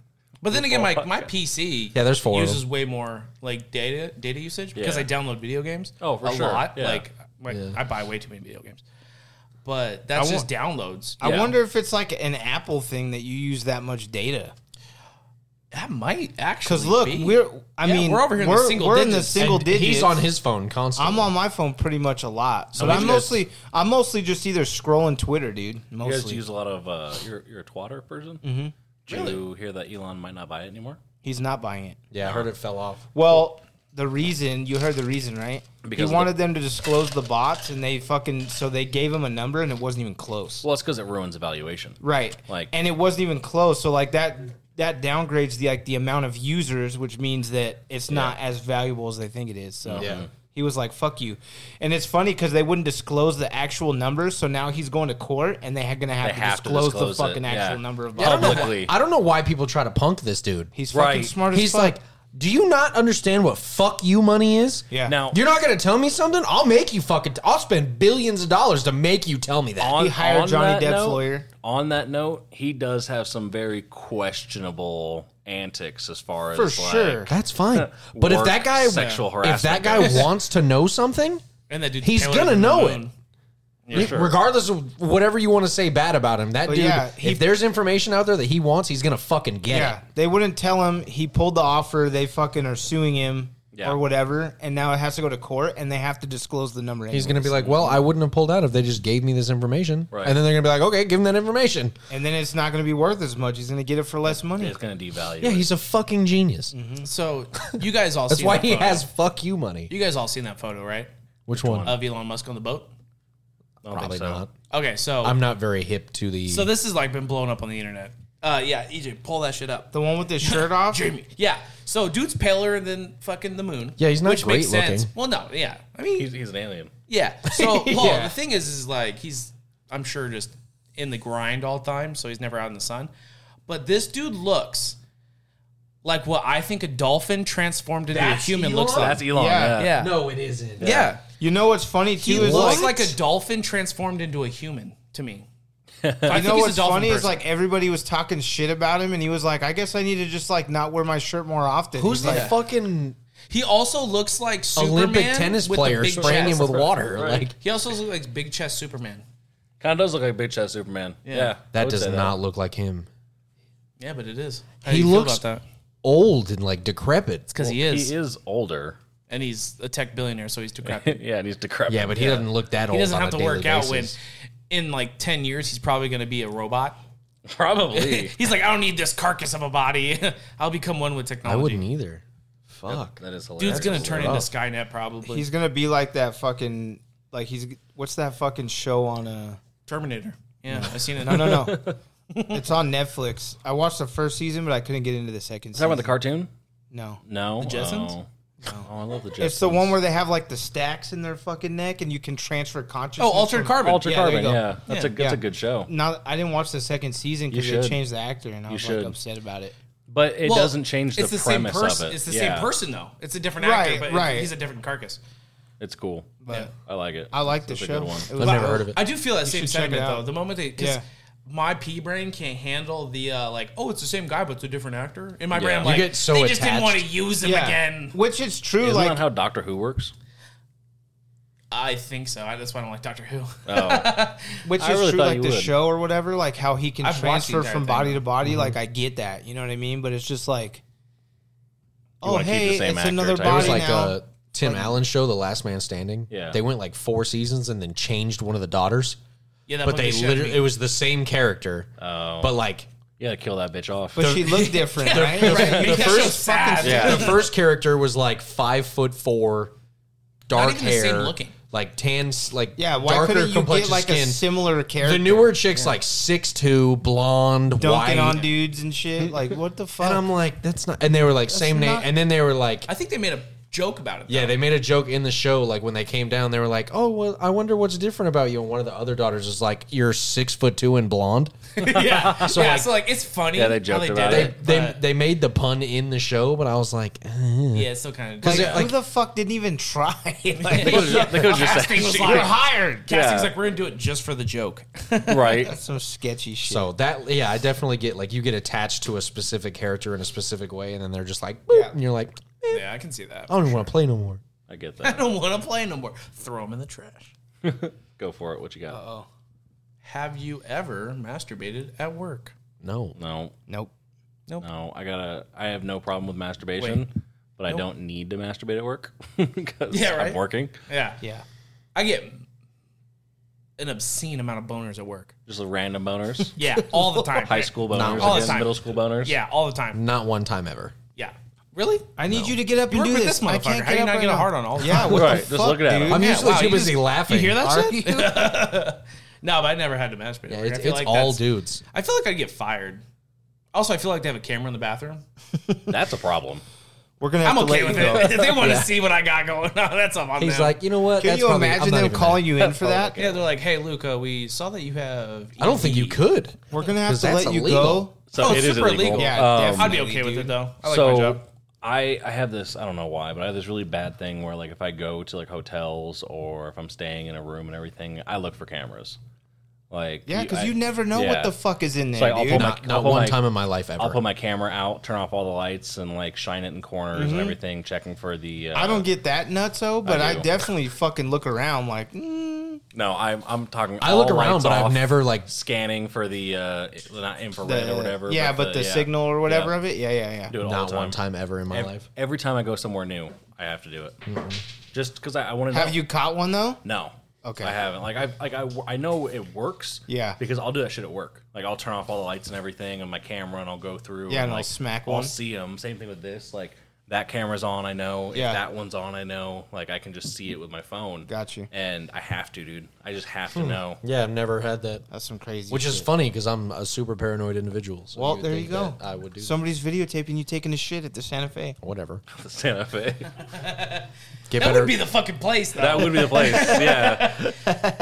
But then again, my, my PC Yeah, there's four of uses way more like data data usage because Yeah. I download video games. Oh, for a sure. lot. Yeah. Like, my, I buy way too many video games. But that's I just downloads. I Yeah. wonder if it's like an Apple thing that you use that much data. that might actually Because look, be. we're I Yeah, mean we're over here in the we're, single we're in the digits. single And digits. He's on his phone constantly. I'm on my phone pretty much a lot, but much I'm you guys- mostly I'm mostly just either scrolling Twitter, dude. You guys Mostly, use a lot of, uh, you're, you're a twatter person? Mm-hmm. Do you hear that Elon might not buy it anymore? he's not buying it. Yeah, I heard it fell off. Well, the reason you heard the reason, right? Because of he the- wanted them to disclose the bots, and they fucking so they gave him a number, and it wasn't even close. Well, it's because it ruins evaluation. Right. Like- and it wasn't even close. So like that that downgrades the like the amount of users, which means that it's not as valuable as they think it is. So Yeah. he was like, "Fuck you," and it's funny because they wouldn't disclose the actual numbers. So now he's going to court, and they're gonna have, They to, have to disclose disclose it, the fucking actual yeah. number of Yeah, I don't know bots. why- Publicly. <laughs> I don't know why people try to punk this dude. He's fucking Right. smart as He's fuck. like, do you not understand what fuck you money is? yeah. Now, You're not gonna tell me something? I'll make you fucking. i I'll spend billions of dollars to make you tell me that. on, he hired on Johnny that Depp's note- lawyer. On that note, he does have some very questionable antics as far as for like, sure. That's fine. But if work that guy sexual if that harassment guy goes. wants to know something, And that dude, He's Taylor gonna didn't know him. it. Yeah, sure. regardless of whatever you want to say bad about him, that Well, dude yeah, he- if there's information out there that he wants, he's gonna fucking get Yeah, it. they wouldn't tell him he pulled the offer. They fucking are suing him Yeah. or whatever, and now it has to go to court, and they have to disclose the number. He's anyways. gonna be like, Well, I wouldn't have pulled out if they just gave me this information. Right. And then they're gonna be like, Okay, give him that information. and then it's not gonna be worth as much. He's gonna get it for less money. it's gonna devalue. Yeah, it. he's a fucking genius. Mm-hmm. So you guys <laughs> all That's seen why that he photo. has fuck you money. You guys all seen that photo, right? Which one? Of Elon Musk on the boat. I don't Probably think so. not. Okay, so I'm not very hip to the so this has like been blown up on the internet. Uh, yeah, EJ, pull that shit up. The one with his shirt off. Jamie. Yeah. So dude's paler than fucking the moon. Yeah, he's not which makes great sense. looking. Well, no, yeah. I mean, He's, he's an alien. yeah. So <laughs> well, Yeah. the thing is, is like he's I'm sure just in the grind all the time, so he's never out in the sun. But this dude looks like what I think a dolphin transformed into a human looks like. That's Elon. Yeah, Yeah. yeah. No, it isn't. yeah. You know what's funny He too is looks like, like a dolphin transformed into a human to me. you know what's funny is like everybody was talking shit about him, and he was like, I guess I need to just like not wear my shirt more often. Who's He's the like, fucking he also looks like Superman Olympic tennis with a player big spraying him chest. with water? Like He also looks like big chest Superman. Kind of does look like Big Chest Superman. Yeah. I that would does say not look like him. Yeah, but it is. How He do you looks- feel about that Old and like decrepit. because he is, He is older. <laughs> and he's a tech billionaire, so he's too crappy. Yeah, and he's decrepit. Yeah, but he doesn't look that old. he doesn't on have a to work daily out when, basis. in like ten years, he's probably going to be a robot. <laughs> probably. he's like, I don't need this carcass of a body. <laughs> I'll become one with I technology. wouldn't either. Fuck. that is hilarious. Dude's going to turn into Skynet probably. He's gonna be like that fucking like he's what's that fucking show on uh Terminator. Yeah, I've seen it. no <laughs> no no. it's on Netflix. I watched the first season, but I couldn't get into the second. Talking season. about the cartoon? no. No. The Jetsons? Oh, Oh, I love the Jetsons. It's the one where they have like the stacks in their fucking neck, and you can transfer consciousness. Oh, Altered from- Carbon. Ultra Yeah, there you Carbon. go. Yeah, that's a Yeah. that's Yeah. a good show. Not, I didn't watch the second season because You they should. changed the actor, and I was like should. upset about it. But it Well, doesn't change the, it's the same premise person. of it. It's the Yeah, same person though. It's a different Right, actor, but it- right. he's a different carcass. It's cool. But I like it. I like the It's a show. good one. It I've was- never heard of it. I do feel that same should check it sentiment though. out. The moment they, because Yeah. my pea brain can't handle the uh, like, oh, it's the same guy but it's a different actor. In my brain, Yeah. I'm You like, get so they just didn't attached. want to use him Yeah. again. Which is true. Isn't like that how Doctor Who works? I think so. I, that's why I don't like Doctor Who. <laughs> Oh, Which I is really true, thought like you the would. Mm-hmm. show or whatever, like how he can I've watched the transfer entire from thing. body to body. Like I get that, you know what I mean. But it's just like, oh wanna keep the hey, same it's actor another type. body It uh, It was like now. a Tim Allen show, The Last Man Standing. Yeah. They went like four seasons and then changed one of the daughters. Yeah, that But book they showed literally, me. it was the same character. But like You gotta kill that bitch off. but she <laughs> looked different, right? Right, Right. that show's sad. Yeah. the first character was like five foot four, dark even the hair, same looking. like tan, s- like Yeah, why darker couldn't you complexion get like a skin. similar character? the newer chick's like six two, blonde, dunking white. on dudes and shit. Like what the fuck? and I'm like, that's not. And they were like, same name. not- And then they were like, I think they made a joke about it. Yeah, they made a joke in the show, like when they came down, they were like, "Oh, well, I wonder what's different about you." And one of the other daughters is like, "You're six foot two and blonde." though. <laughs> <laughs> yeah. So, yeah, like- so like it's funny. Yeah, they how joked did about They it. they, but- they made the pun in the show, but I was like, eh. yeah, it's still kind of. Like, <laughs> yeah. Who the fuck didn't even try? <laughs> They like, could've just- they <laughs> could've just said- Casting was she- like, hired. <laughs> casting's Yeah. like we're gonna do it just for the joke. <laughs> right. Some sketchy shit. so that yeah, I definitely get like you get attached to a specific character in a specific way, and then they're just like, boop, and you're like, I yeah, I can see that. <laughs> don't even want to play no more. I get I that. don't want to play no more. Throw them in the trash. Go for it. What you got? Have you ever masturbated at work? No, No, nope. no. I gotta. I have no problem with masturbation, but I don't need to masturbate at work <laughs> because Yeah, right. I'm working. Yeah. Yeah. I get an obscene amount of boners at work. Just random boners, Yeah, all the <laughs> time. high school boners, all the again, time. middle school boners. Yeah, all the time. not one time ever. Yeah. Really? I need you to get up You and work do with this. this I can't motherfucker. How get you up not right getting now. hard on all the Yeah, <laughs> time? what Right, just the fuck, looking at dude? him. I'm Yeah, usually wow, too you busy just- laughing. You hear that Are shit? <laughs> you? no, but I never had to masturbate. Yeah, at work. it's, I feel it's like all that's- dudes. I feel like I'd get fired. Also, I feel like they have a camera in the bathroom. that's a problem. We're gonna have I'm to okay let with you go. it. <laughs> if they want to see what I got going on, that's up on He's them. like, you know what? Can That's you probably- I'm imagine not them even calling mad." you in for that? yeah, they're like, hey, Luca, we saw that you have. I don't think you ED. could. We're gonna have 'Cause to that's let you illegal. go. So Oh, it it's is super illegal. Um, illegal. Yeah, I'd be definitely, okay with dude. it though. I like my so job. I I have this. I don't know why, but I have this really bad thing where like if I go to like hotels or if I'm staying in a room and everything, I look for cameras. Like Yeah, because you, I- never know yeah. what the fuck is in there, like, I'll dude. pull my- Not, I'll not put one my- time in my life ever. I'll put my camera out, turn off all the lights, and like shine it in corners and everything, checking for the. Uh, I don't get that nutso, but I, do. definitely fucking look around like, mm, No, I'm I'm talking. I look all around, lights but I've off, never like. scanning for the uh, not infrared the- or whatever. yeah, but the, yeah. signal or whatever Yeah. of it. Yeah, yeah, yeah. Do it all Not the time. one time ever in my Ev- Every, life. time I go somewhere new, I have to do it. Just because I, I want to. Have you caught one though? No. Okay. I haven't. Like I like I, w- I know it works. Yeah. Because I'll do that shit at work. Like I'll turn off all the lights and everything on my camera, and I'll go through. Yeah, and I'll like, smack I'll one. see them. Same thing with this. Like that camera's on. I know. If Yeah. that one's on. I know. Like I can just see it with my phone. Got you. And I have to, dude. I just have Hmm. to know. <laughs> Yeah, I've never had that. That's some crazy. Which is funny because I'm a super paranoid individual. So well, would there you think go. that I would do Somebody's videotaping you taking a shit at the Santa Fe. whatever. The Santa Fe. <laughs> Get That better. would be the fucking place, though. That would be the <laughs> place. Yeah.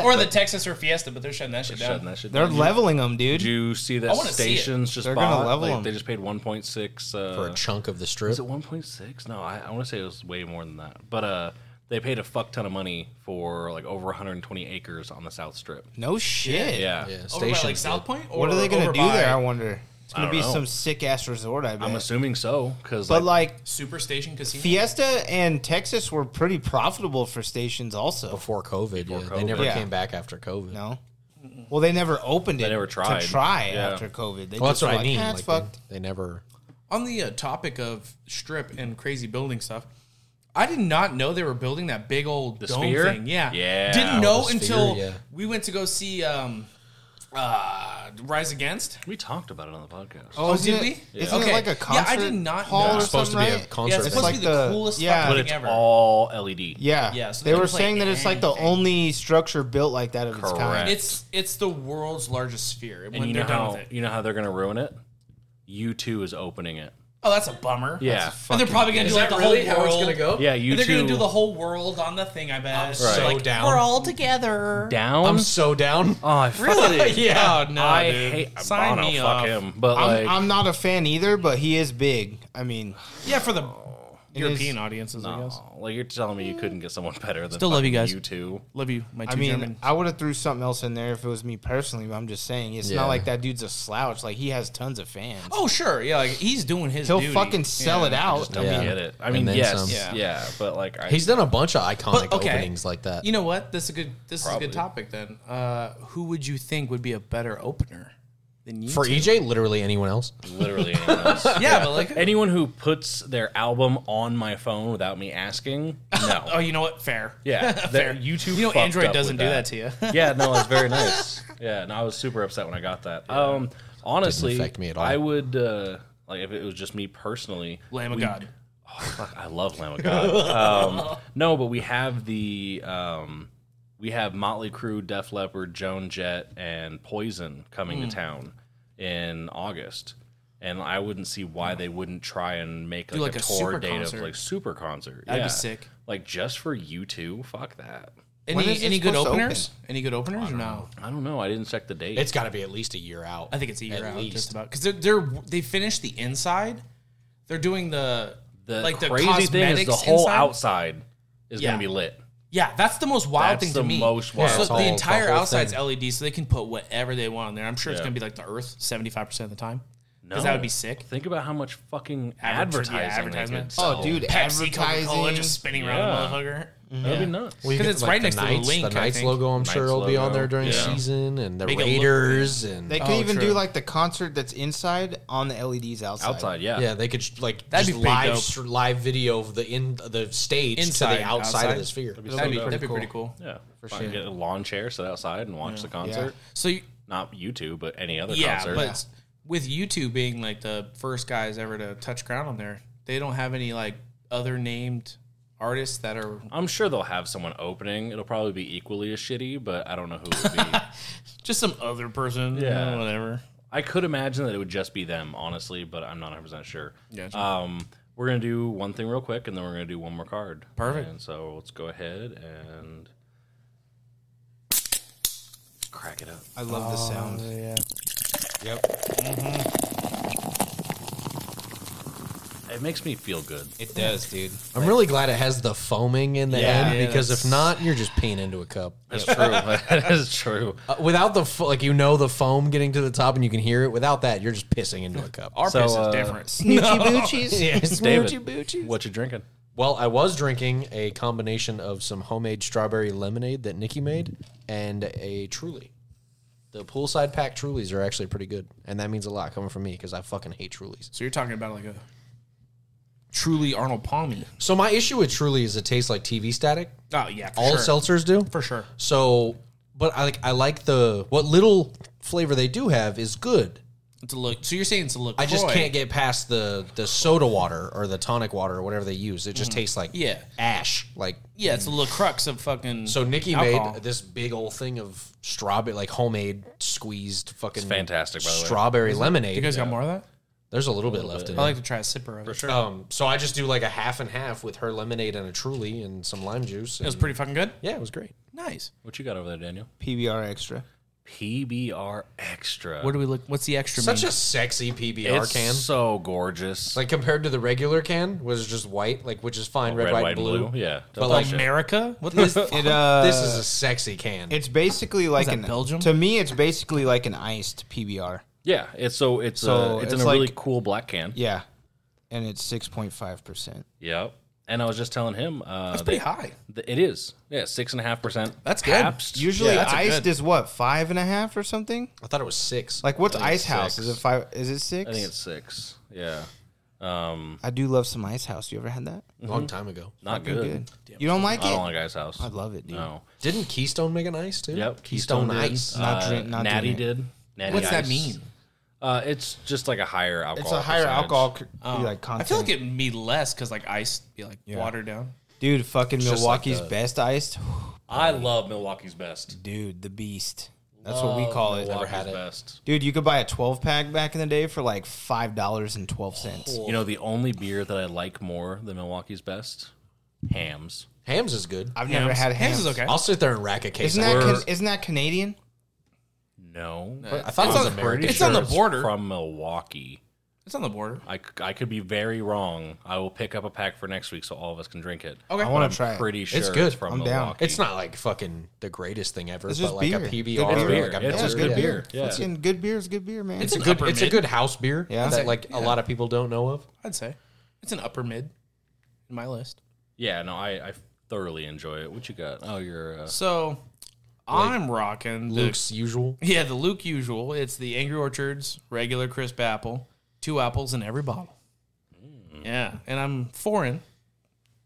or the Texas or Fiesta, but they're shutting that shit down. Shutting that shit They're down. leveling them, dude. Did you see I that wanna see it. stations just They're gonna bought? level like, 'em. They just paid 1.6 uh, for a chunk of the strip. Is it 1.6? No, I, I want to say it was way more than that. But uh, they paid a fuck ton of money for like over 120 acres on the South Strip. No shit. Yeah. yeah, Over by, like stations. South Point? Or What are they gonna over do by there? I wonder. It's gonna I be don't know. some sick ass resort. I bet. I'm assuming so because but like, like Superstation Casino? Fiesta and Texas were pretty profitable for stations, also. before COVID. yeah. They COVID. never Yeah. came back after COVID. No. Well, they never opened it. never tried. to try Yeah. after COVID. They Well, that's what just were I like, mean. "Ah, it's like, fucked." They, they never. On the uh, topic of strip and crazy building stuff, I did not know they were building that big old dome sphere? thing. Yeah, Yeah. Didn't Oh, know the sphere, until yeah. we went to go see um, uh, Rise Against. we talked about it on the podcast. Oh, did we? Isn't Okay. it like Yeah, a I concert? did not hall know. or It's supposed to something, be a right? concert Yeah, it's thing. supposed It's to be like the, the- coolest yeah. but fucking it's thing ever. all E LED. Yeah. Yeah, so they, they were can play saying that it's like the anything. only structure built like that of its Correct. kind. it's it's the world's largest sphere. And And when you they're know done how with it, you know how they're gonna ruin it. U2 is opening it. oh, that's a bummer. Yeah. and they're probably gonna do like the whole world. Yeah, you And they're gonna two- do the whole world on the thing. I bet. so Like, down. We're all together. <laughs> Down. I'm so down. um, oh, I <laughs> really? yeah. Oh, no, I dude. hate Sign Bono. me fuck up. him. But I'm, like, I'm not a fan either, but he is big. I <sighs> mean, Yeah, for the European European audiences, I guess. oh, like you're telling me you couldn't get someone better than Still love you fucking guys. U2. Love you, my two I mean, German. I would have threw something else in there if it was me personally. But I'm just saying, it's Yeah. not like that dude's a slouch. Like he has tons of fans. oh, sure, yeah, like he's doing his. He'll duty. fucking sell Yeah. it out. Don't Yeah. get it. I And mean, then yes, some. yeah. Yeah. but like, I, He's done a bunch of iconic But, okay. openings like that. You know what? This is a good. This Probably. is a good topic then. Uh, who would you think would be a better opener than you? For two? EJ, literally anyone else. literally anyone else. yeah, but like, <laughs> Anyone who puts their album on my phone without me asking, no. <laughs> oh, you know what? Fair. Yeah, fair. that- YouTube. You know, fucked Android up doesn't with do that. to you. <laughs> yeah, no, it's <laughs> very nice. Yeah, no, I was super upset when I got that. Um, honestly, affect me at all. I would uh, like if it was just me personally. <laughs> Lamb of we- God. Fuck, I love Lamb of God. Um, no, but we have the um, we have Motley Crue, Def Leppard, Joan Jett, and Poison coming Hmm. to town in August, and I wouldn't see why they wouldn't try and make like, like a, a tour super date concert. of like super concert. That'd be Yeah. sick. Like just for you two, fuck that. When Any is it any good supposed to open? openers? Any good openers? Or no. I don't know. I didn't check the date. It's got to be at least a year out. I think it's a year At out, least. just about because they're, they're they finished the inside. They're doing the the like the crazy thing is the cosmetics whole inside. outside is Yeah. gonna be lit. Yeah, that's the most wild That's thing the to me. most wild. So It's all- the the entire whole outside's LED, so they can put whatever they want on there. I'm sure it's Yeah. gonna be like the Earth 75 percent of the time. No, 'Cause that would be sick. Think about how much fucking Adver- yeah, advertising. advertisement. advertisement. Oh, dude, Pepsi, Coca-Cola, advertising. just spinning around the motherfucker. That'd be nuts. Well, you 'Cause get, it's right next to the Knights- link, The I Knights think. logo, I'm sure, Knights will be on logo, there during yeah. season, and the Make it look- Raiders, and They could Oh, even true. do like the concert that's inside on the LEDs outside. Outside, yeah. yeah, they could just, like That'd just be pretty live dope. str- live video of the in the stage to Inside, the outside, of outside. the sphere. That'd be, dope. that'd be pretty cool. Yeah, for sure. Get a lawn chair, sit outside, and watch the concert. So you, Not you two, but any other yeah, concert. but with you two being like the first guys ever to touch ground on there, they don't have any like other named artists that are I'm sure they'll have someone opening. It'll probably be equally as shitty, but I don't know who it would be. just some other person. Yeah. Yeah, whatever. I could imagine that it would just be them, honestly, but I'm not 100 percent sure. Gotcha. Um, we're gonna do one thing real quick, and then we're gonna do one more card. Perfect. And so let's go ahead and crack it up. I love the sound. Oh. Yep. it makes me feel good. It does, <laughs> dude. I'm really glad it has the foaming in the Yeah. end Yeah, because if that's- not, you're just peeing into a cup. That's true. <laughs> that is true. Uh, without the fo- like, you know the foam getting to the top and you can hear it. Without that, you're just pissing <laughs> into a cup. Our So, piss uh, is different. Snoochie <laughs> boochies. Yes, David, Smoochie boochies. what you drinking? Well, I was drinking a combination of some homemade strawberry lemonade that Nikki made and a Truly. The poolside pack Trulies are actually pretty good, and that means a lot coming from me because I fucking hate Trulies. So you're talking about like a truly Arnold Palmy. So my issue with Truly is it tastes like TV static. Oh yeah, for All sure. seltzers do. for sure. So, but I like I like the what little flavor they do have is good. It's a look. So you're saying it's a look. I just can't get past the the soda water or the tonic water or whatever they use. It just tastes like Mm. Yeah. ash. Like Yeah, it's a little crux of fucking. so, Nikki alcohol. made this big old thing of strawberry, like homemade squeezed fucking fantastic, by the way. strawberry lemonade. You guys got more of that? There's a little bit left in I it. like to try a sipper of it. For sure. um, so I just do like a half and half with her lemonade and a Truly and some lime juice. It was and- pretty fucking good. yeah, it was great. Nice. What you got over there, Daniel? PBR <laughs> extra. PBR Extra. What do we look? What's the extra? Such mean? a sexy PBR it's can. so gorgeous. Like compared to the regular can, was just white, like which is fine, red, white, and blue. Yeah. But, Delicious. like, America. What the fuck? It uh, This is a sexy can. it's basically like that, an Belgium? To me, it's basically like an iced PBR. yeah, it's so it's So uh, it's, in it's a really like- cool black can. Yeah, and it's six point five percent. Yep. And I was just telling him uh, That's pretty high. it is. Yeah, six and a half percent. That's good. Pabst. Usually, that's a iced good- is what five and a half or something. I thought it was six. Like what's I think Ice it's House? six. Is it five? Is it six? I think it's six. Yeah. Um, I do love some Ice House. You ever had that? a long time ago? not Pretty good. good. You don't like I it? don't like Ice House. I love it, dude. No. Didn't Keystone make an ice too? Yep. Keystone, did. Ice. Not Uh, drink- not Natty doing it. did. Natty What's that Ice. mean? Uh, it's just like a higher alcohol. It's a higher percentage. alcohol c- like Oh. I content. feel like it'd be less because like ice be like watered down. dude, fucking just like Milwaukee's the- best iced. I love Milwaukee's best. <sighs> Dude, the beast. That's what we call it. Milwaukee's had it. best. Dude, you could buy a 12 pack back in the day for like $5.12. You know the only beer that I like more than Milwaukee's best, Hams. Hams is good. I've never had hams. Hams is okay. I'll sit there and rack a case. Isn't of that, Hams. can, isn't that Canadian? No, I thought it was American. It's on the it's border. from Milwaukee. It's on the border. I, c- I could be very wrong. I will pick up a pack for next week so all of us can drink it. I But want I'm to try it. pretty sure good. from I'm down. Milwaukee. It's not like fucking the greatest thing ever, It's but just like beer. a PBR, Good or beer. like a It's Miller, just good yeah. beer. Yeah. Fucking good beer is good beer, man. It's a an good. upper It's a mid. good house beer. Yeah. that like a lot of people don't know of. I'd say it's an upper mid in my list. yeah, no, I, I thoroughly enjoy it. What you got? Oh, you're uh, So I'm rocking the- Luke's usual. Yeah, the Luke usual. It's the Angry Orchards regular crisp apple, two apples in every bottle. Yeah, and I'm foreign.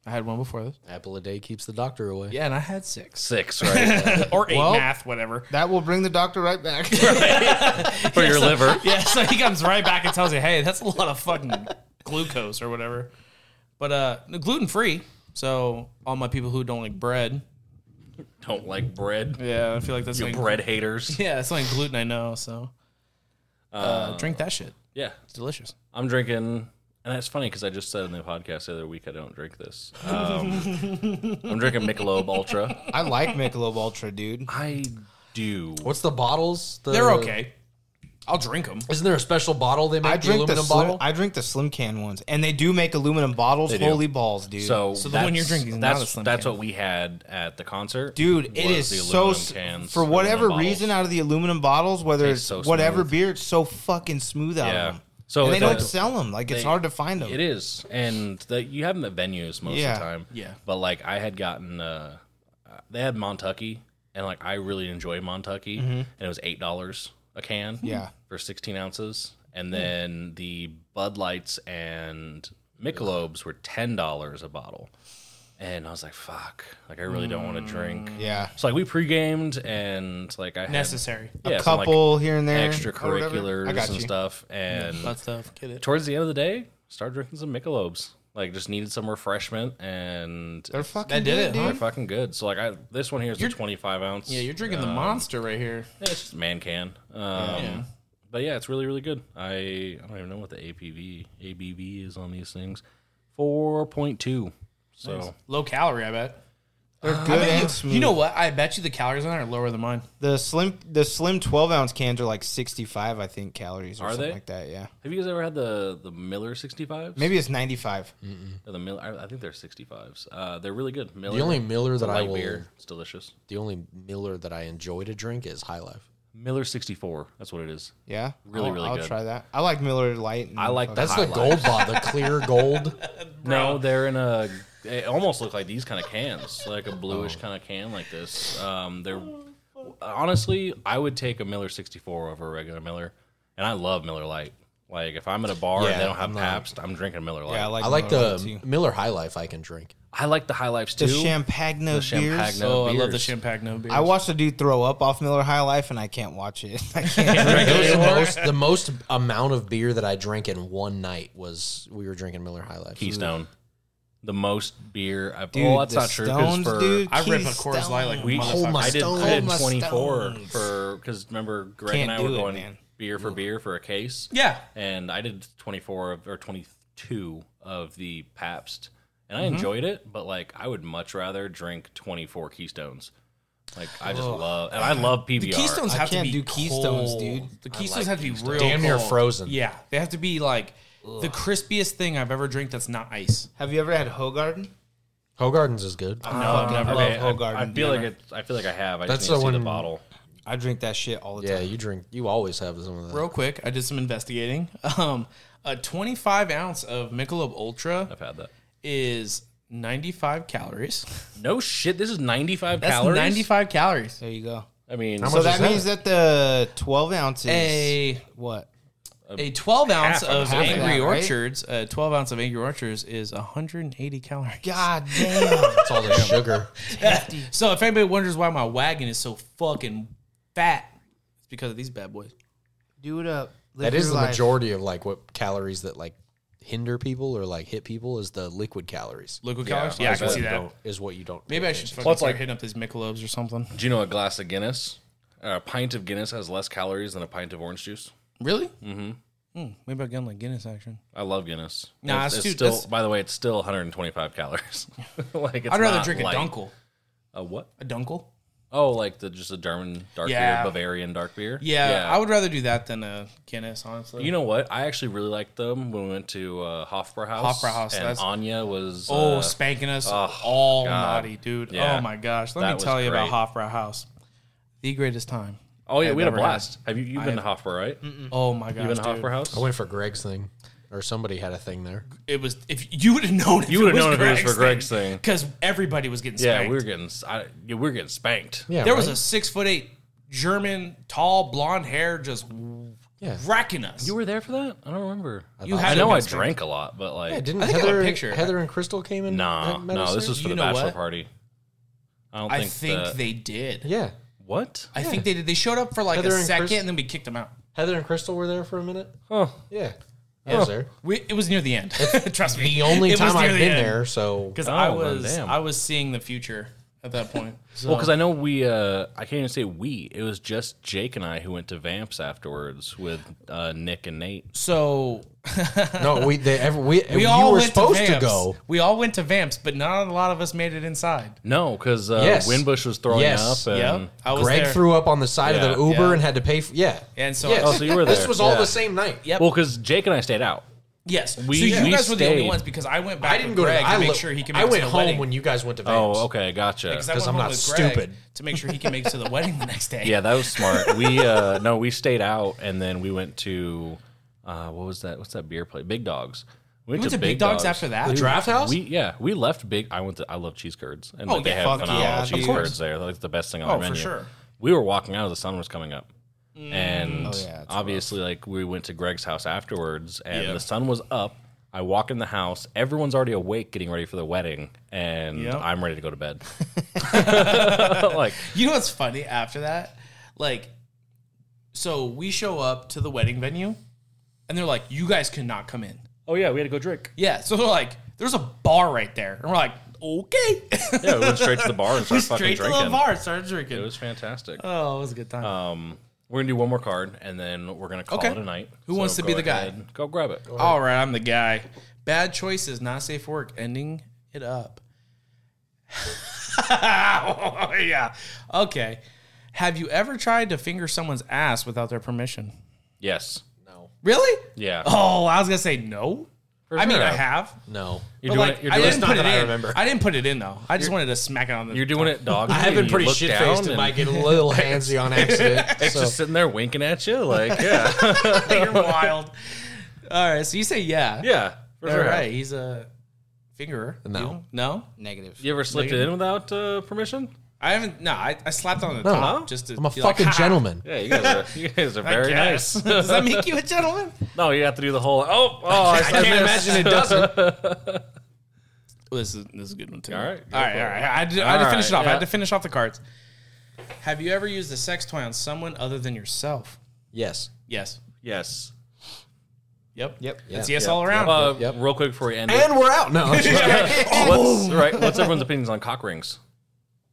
I had one before this. Apple a day keeps the doctor away. Yeah, and I had six six, <laughs> right? <coughs> or eight Well- math, whatever. That will bring the doctor right back. <laughs> For your liver. <laughs> Yeah, so he comes right back and tells you, "Hey, that's a lot of fucking glucose or whatever." But uh, gluten free. So all my people who don't like bread, Don't like bread. yeah, I feel like that's You something- bread <laughs> haters. Yeah, that's the only gluten I know. So uh, Um, drink that shit. Yeah, It's delicious. I'm drinking, and that's funny because I just said in the podcast the other week I don't drink this. <laughs> Um, I'm drinking Michelob Ultra. I like Michelob Ultra, dude. I do. What's the bottles? uh, The, They're okay. I'll drink them. Isn't there a special bottle they make? I the drink the, aluminum slim, bottle. I drink the slim can ones, and they do make aluminum bottles. do. Holy balls, dude! So, So the one that's- you're drinking is not that's, a Slim That's can. what we had at the concert, dude, it was is the so aluminum s- cans, for aluminum whatever bottles. reason out of the aluminum bottles, whether Tastes it's so whatever smooth. beer, it's so fucking smooth out Yeah. of them. So So and they it's don't a- sell them. Like it's they- hard to find them. It is, and the, you have them at venues most Yeah. of the time. Yeah. but like I had gotten, uh, uh, they had Montucky, and like I really enjoy Montucky, and it was eight dollars a can. Mm-hmm. Yeah. for sixteen ounces, and then the Bud Lights and Michelobes were ten dollars a bottle, and I was like, "Fuck!" Like I really don't want Mm. to drink. Yeah, So like we pre-gamed and like I had Necessary. yeah, a some, like, couple here and there, or whatever. I extracurriculars got and you. stuff, and That stuff. Get it. towards the end of the day, started drinking some Michelobes. Like, just needed some refreshment, and They're fucking. That did good, it, dude. huh? they're fucking good. So, like, I this one here is a 25 ounce. Yeah, you're drinking the monster right here. Yeah, it's just man can. Um, But yeah, it's really really good. I I don't even know what the APV ABV is on these things. Four point two. So Low calorie, I bet. They're good and smooth. You know what? I bet you the calories on it are lower than mine. the slim the slim twelve ounce cans are like sixty five, I think, calories or Are something they? like that. Yeah, Have you guys ever had the the Miller 65s? maybe it's ninety five. Or the Miller. I I think they're 65s. Uh, they're really good. Miller. The only Miller that I light will, beer. It's delicious. the only Miller that I enjoy to drink is High Life. Miller 64. That's what it is. Yeah, Really, I'll, really I'll good. try that. I like Miller Light. And I like That's High the Life. gold bottle, the clear gold. No, they're in a. They almost look like these kind of cans, like a bluish Oh. kind of can like this. Um, they're honestly, I would take a Miller 64 over a regular Miller, and I love Miller Lite. Like if I'm at a bar Yeah, and they don't have I'm not- Pabst, I'm drinking Miller Lite. Yeah, I like. I like the Miller Lite, too. Miller High Life. I can drink. I like the High Lifes too. the Champagno beers. Champagno. Oh, I love the beers. Champagno beer. I watched a dude throw up off Miller High Life, and I can't watch it. <laughs> I <laughs> can't. It was the most, the most amount of beer that I drank in one night was we were drinking Miller High Life. Keystone, the most beer. I've, Dude, well, that's the not true. 'cause Stones, for dude. I rip a Keystone. Coors Light like a we, motherfucker. Oh my I did, I stones. did Oh my 24 stones. for because remember Greg Can't and I were do it, going man. beer for beer for a case. Yeah. and I did 24 of, or 22 of the Pabst, and I enjoyed it. But like, I would much rather drink 24 Keystones. Like, I just love, and I love PBR. The Keystones I have can't to be do Keystones, cold. dude. The Keystones have to be real Damn near cold. frozen. Yeah, they have to be like the crispiest thing I've ever drank. That's not ice. Have you ever had Hogarden? Hogarden's is good. No, I've never. love Okay, I, Hoegaarden, I feel dude. like it. I feel like I have. I That's just need the to see the one- bottle. I drink that shit all the Yeah, time. you drink. You always have some of that. Real quick, I did some investigating. <laughs> Um, a 25 ounce of Michelob Ultra I've had that. is 95 calories. No shit. This is 95 That's calories. 95 calories. There you go. I mean, How So much that is that? means that the twelve ounces. A What? a 12 ounce Half- of half of Angry that, right? Orchards, a 12 ounce of Angry Orchards is 180 calories. <laughs> God damn. It's all the sugar. So if anybody wonders why my wagon is so fucking fat, it's because of these bad boys. Do it up. uh, Live That is your the life. majority of like what calories that like hinder people or like hit people is the liquid calories. Liquid calories? Yeah, I can what see you that. Don't- Is what you don't. Maybe I should fucking it's start like- hitting up these Michelobes or something. do you know a glass of Guinness? Uh, a pint of Guinness has less calories than a pint of orange juice. Really? Mm-hmm. maybe I'll get on like Guinness action. I love Guinness. Nah, It's- it's it's too- still. that's- By the way, it's still 125 calories. <laughs> like it's I'd rather not drink light. a dunkel. A what? A dunkel? Oh, like the just a German dark Yeah. beer, Bavarian dark beer. Yeah, I would rather do that than a Guinness, honestly. You know what? I actually really liked them when we went to uh, Hofbrauhaus. Hofbrauhaus, and that's- Anya was. oh, uh, spanking us all God. naughty, dude. Yeah. Oh my gosh. Let That me was tell you about great. Hofbrauhaus. House. The greatest time. oh yeah, I've we had a never had- blast. Have you? You've been to Hofbrau, right? Oh my gosh. You've Mm. been to dude. Hofbrauhaus. I went for Greg's thing, or somebody had a thing there. It was if you would have known if You would would've have known if it was for Greg's thing. Because everybody was getting Yeah, spanked. we were getting. I, yeah, we were getting spanked. Yeah, there was right? a six foot eight German, tall, blonde hair just Yeah. wrecking us. You were there for that? I don't remember. You I had know to I get spanked. drank a lot, but like, Yeah, didn't I think I have a Heather, picture. Heather and Crystal came in? nah, at no, Medicine? this was for You the know bachelor what? party. I don't I think, think that- they did. yeah. what? I think they did. They showed up for like Heather a and second, Chris- and then we kicked them out. Heather and Crystal were there for a minute. Huh. Yeah, I Oh. was there. We, it was near the end. <laughs> Trust me. The only time I've been there, <laughs> so because I Oh, was damn. I was seeing the future at that point. <laughs> Well, because I know we, uh, I can't even say we. It was just Jake and I who went to Vamps afterwards with uh, Nick and Nate. So no, we they ever we, we you all were went supposed to, to, Vamps. go. We all went to Vamps, but not a lot of us made it inside. No, because uh, Yes. Winbush was throwing Yes. up. And, Yep, I was Greg there. threw up on the side of the Yeah. Uber Yeah. and had to pay. For, yeah, And so- Yes. Oh, so you were This there. was all Yeah. the same night. Yep. Well, because Jake and I stayed out. yes, we- so you we guys were the only stayed. ones because I went back. I didn't with go Greg to. I to make look- sure he can. Make I it to went the home wedding. when you guys went to Vamps. Oh, okay, gotcha. I 'Cause went I'm home not with Greg stupid. to make sure he can make it to the wedding the next day. <laughs> Yeah, that was smart. we uh, no, we stayed out, and then we went to uh, what was that? What's that beer place? Big Dogs. we went to Big Dogs after that. the draft house. We yeah, we left Big. I went to. I love cheese curds, and like, they Oh, yeah, have fuck phenomenal yeah, cheese of curds course. there. That's the best thing on Oh, the for menu. sure. Mm, oh, We were walking out as the sun was coming up, and yeah, it's obviously, like we went to Greg's house afterwards, and the sun was up. I walk in the house. Everyone's already awake, getting ready for the wedding, and Yep. I'm ready to go to <laughs> bed. <laughs> like You know what's funny after that? Like, so we show up to the wedding venue, and they're like, "You guys could not come in." Oh yeah, we had to go drink. Yeah, so they're like, "There's a bar right there," and we're like, "Okay." Yeah, we went straight to the <laughs> bar and started fucking Straight to drinking. the bar, and started It drinking. was fantastic. Oh, it was a good time. we're gonna do one more card and then we're gonna call Okay. it a night. Who wants to go be the guy? ahead. Go grab it. All right, I'm the guy. Bad choices, not safe work. Ending it up. <laughs> yeah. Okay. Have you ever tried to finger someone's ass without their permission? Yes. No. Really? Yeah. Oh, I was gonna say no. For I mean, sure. I have. No. You're but, doing like, it. You're I doing didn't it. not put it that I in. remember. I didn't put it in though. I just wanted to smack it on the. You're <laughs> doing it, dog. I have been pretty shit faced and might <laughs> get a little handsy on <laughs> accident. It's so. just sitting there winking at you, <laughs> like yeah, You're wild. All right, so you say yeah. yeah. For All sure. right, he's a fingerer. No. You- no. Negative. <laughs> You ever slipped it in without uh, permission? I haven't. No, I, I slapped on the top just to. I'm a be fucking like, <laughs> "Ha!" gentleman. Yeah, you guys are, you guys are I very guess. nice. <laughs> <laughs> Does that make you a gentleman? No, you have to do the whole. Oh, oh, I, I can't missed. <laughs> imagine it doesn't. Well, this is this is a good one too. All right, go all right, for all it. right. I had to, I had to All finish it right, off. I yeah. had to finish off the cards. Have you ever used a sex toy on someone other than yourself? Yes. Yes. Yes. Yep. Yep. That's Yeah. yes Yep. all around. Uh, Yep. Real quick before we end, it, <laughs> And we're out. No. <laughs> I'm just- what's right? What's everyone's opinions on cock rings?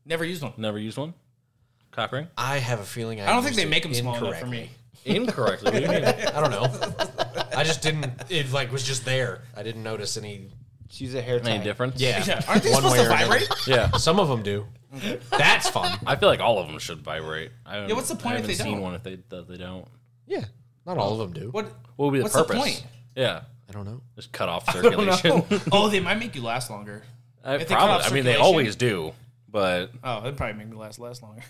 Never used one. Never used one. Cock ring? I have a feeling I. I don't think used they it make them small enough for incorrectly. me. Incorrectly. What do you mean? I don't know. <laughs> I just didn't. It like was just there. I didn't notice any. She's a hair type. <laughs> Any difference? Yeah. Yeah, aren't they One supposed way to or another. vibrate? <laughs> Yeah. Some of them do. That's fun. I feel like all of them should vibrate. I haven't- Yeah, what's the point I if haven't they seen don't? one if they that they don't. Yeah. Not all of them do. <laughs> What? What would be the What's the purpose? point? Yeah. I don't know. Just cut <laughs> off circulation. oh, they might make you last longer. I If they cut off probably. I mean, they circulation? always do. But Oh, that'd probably make me last last <laughs> longer.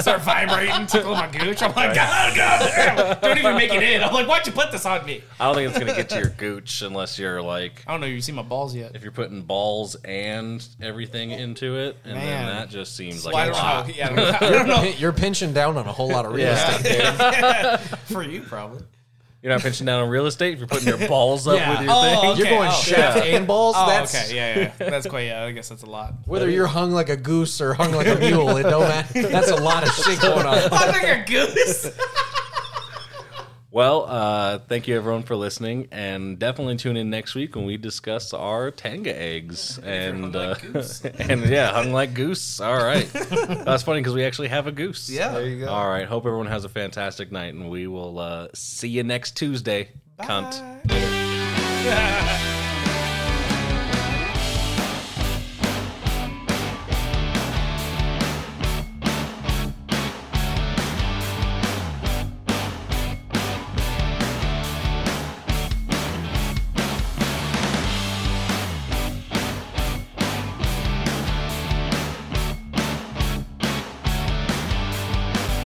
Start vibrating, tickle my gooch. I'm like, God, God, damn, don't even make it in. I'm like, why'd you put this on me? I don't think it's gonna get to your gooch unless you're like I don't know. You see my balls yet? if you're putting balls and everything into it, and Man. then that just seems Well, I like a don't lot. know. Yeah, I don't know. I <laughs> don't know. You're pinching down on a whole lot of real Yeah. estate. <laughs> For you, probably. You're not pinching down on real estate. If you're putting <laughs> your balls up Yeah. with your Oh, thing, okay. You're going oh. shaft and balls. Oh, that's okay. Yeah, yeah. That's quite. Yeah, I guess that's a lot. whether you're hung like a goose or hung like a mule. It don't matter. <laughs> That's a lot of shit going on. I'm like a goose. Well, uh, thank you everyone for listening, and definitely tune in next week when we discuss our tanga eggs and hung like uh, <laughs> goose. and yeah, hung like goose. All <laughs> right, that's funny because we actually have a goose. There you go. All right. Hope everyone has a fantastic night, and we will uh, see you next Tuesday, cunt. Yeah.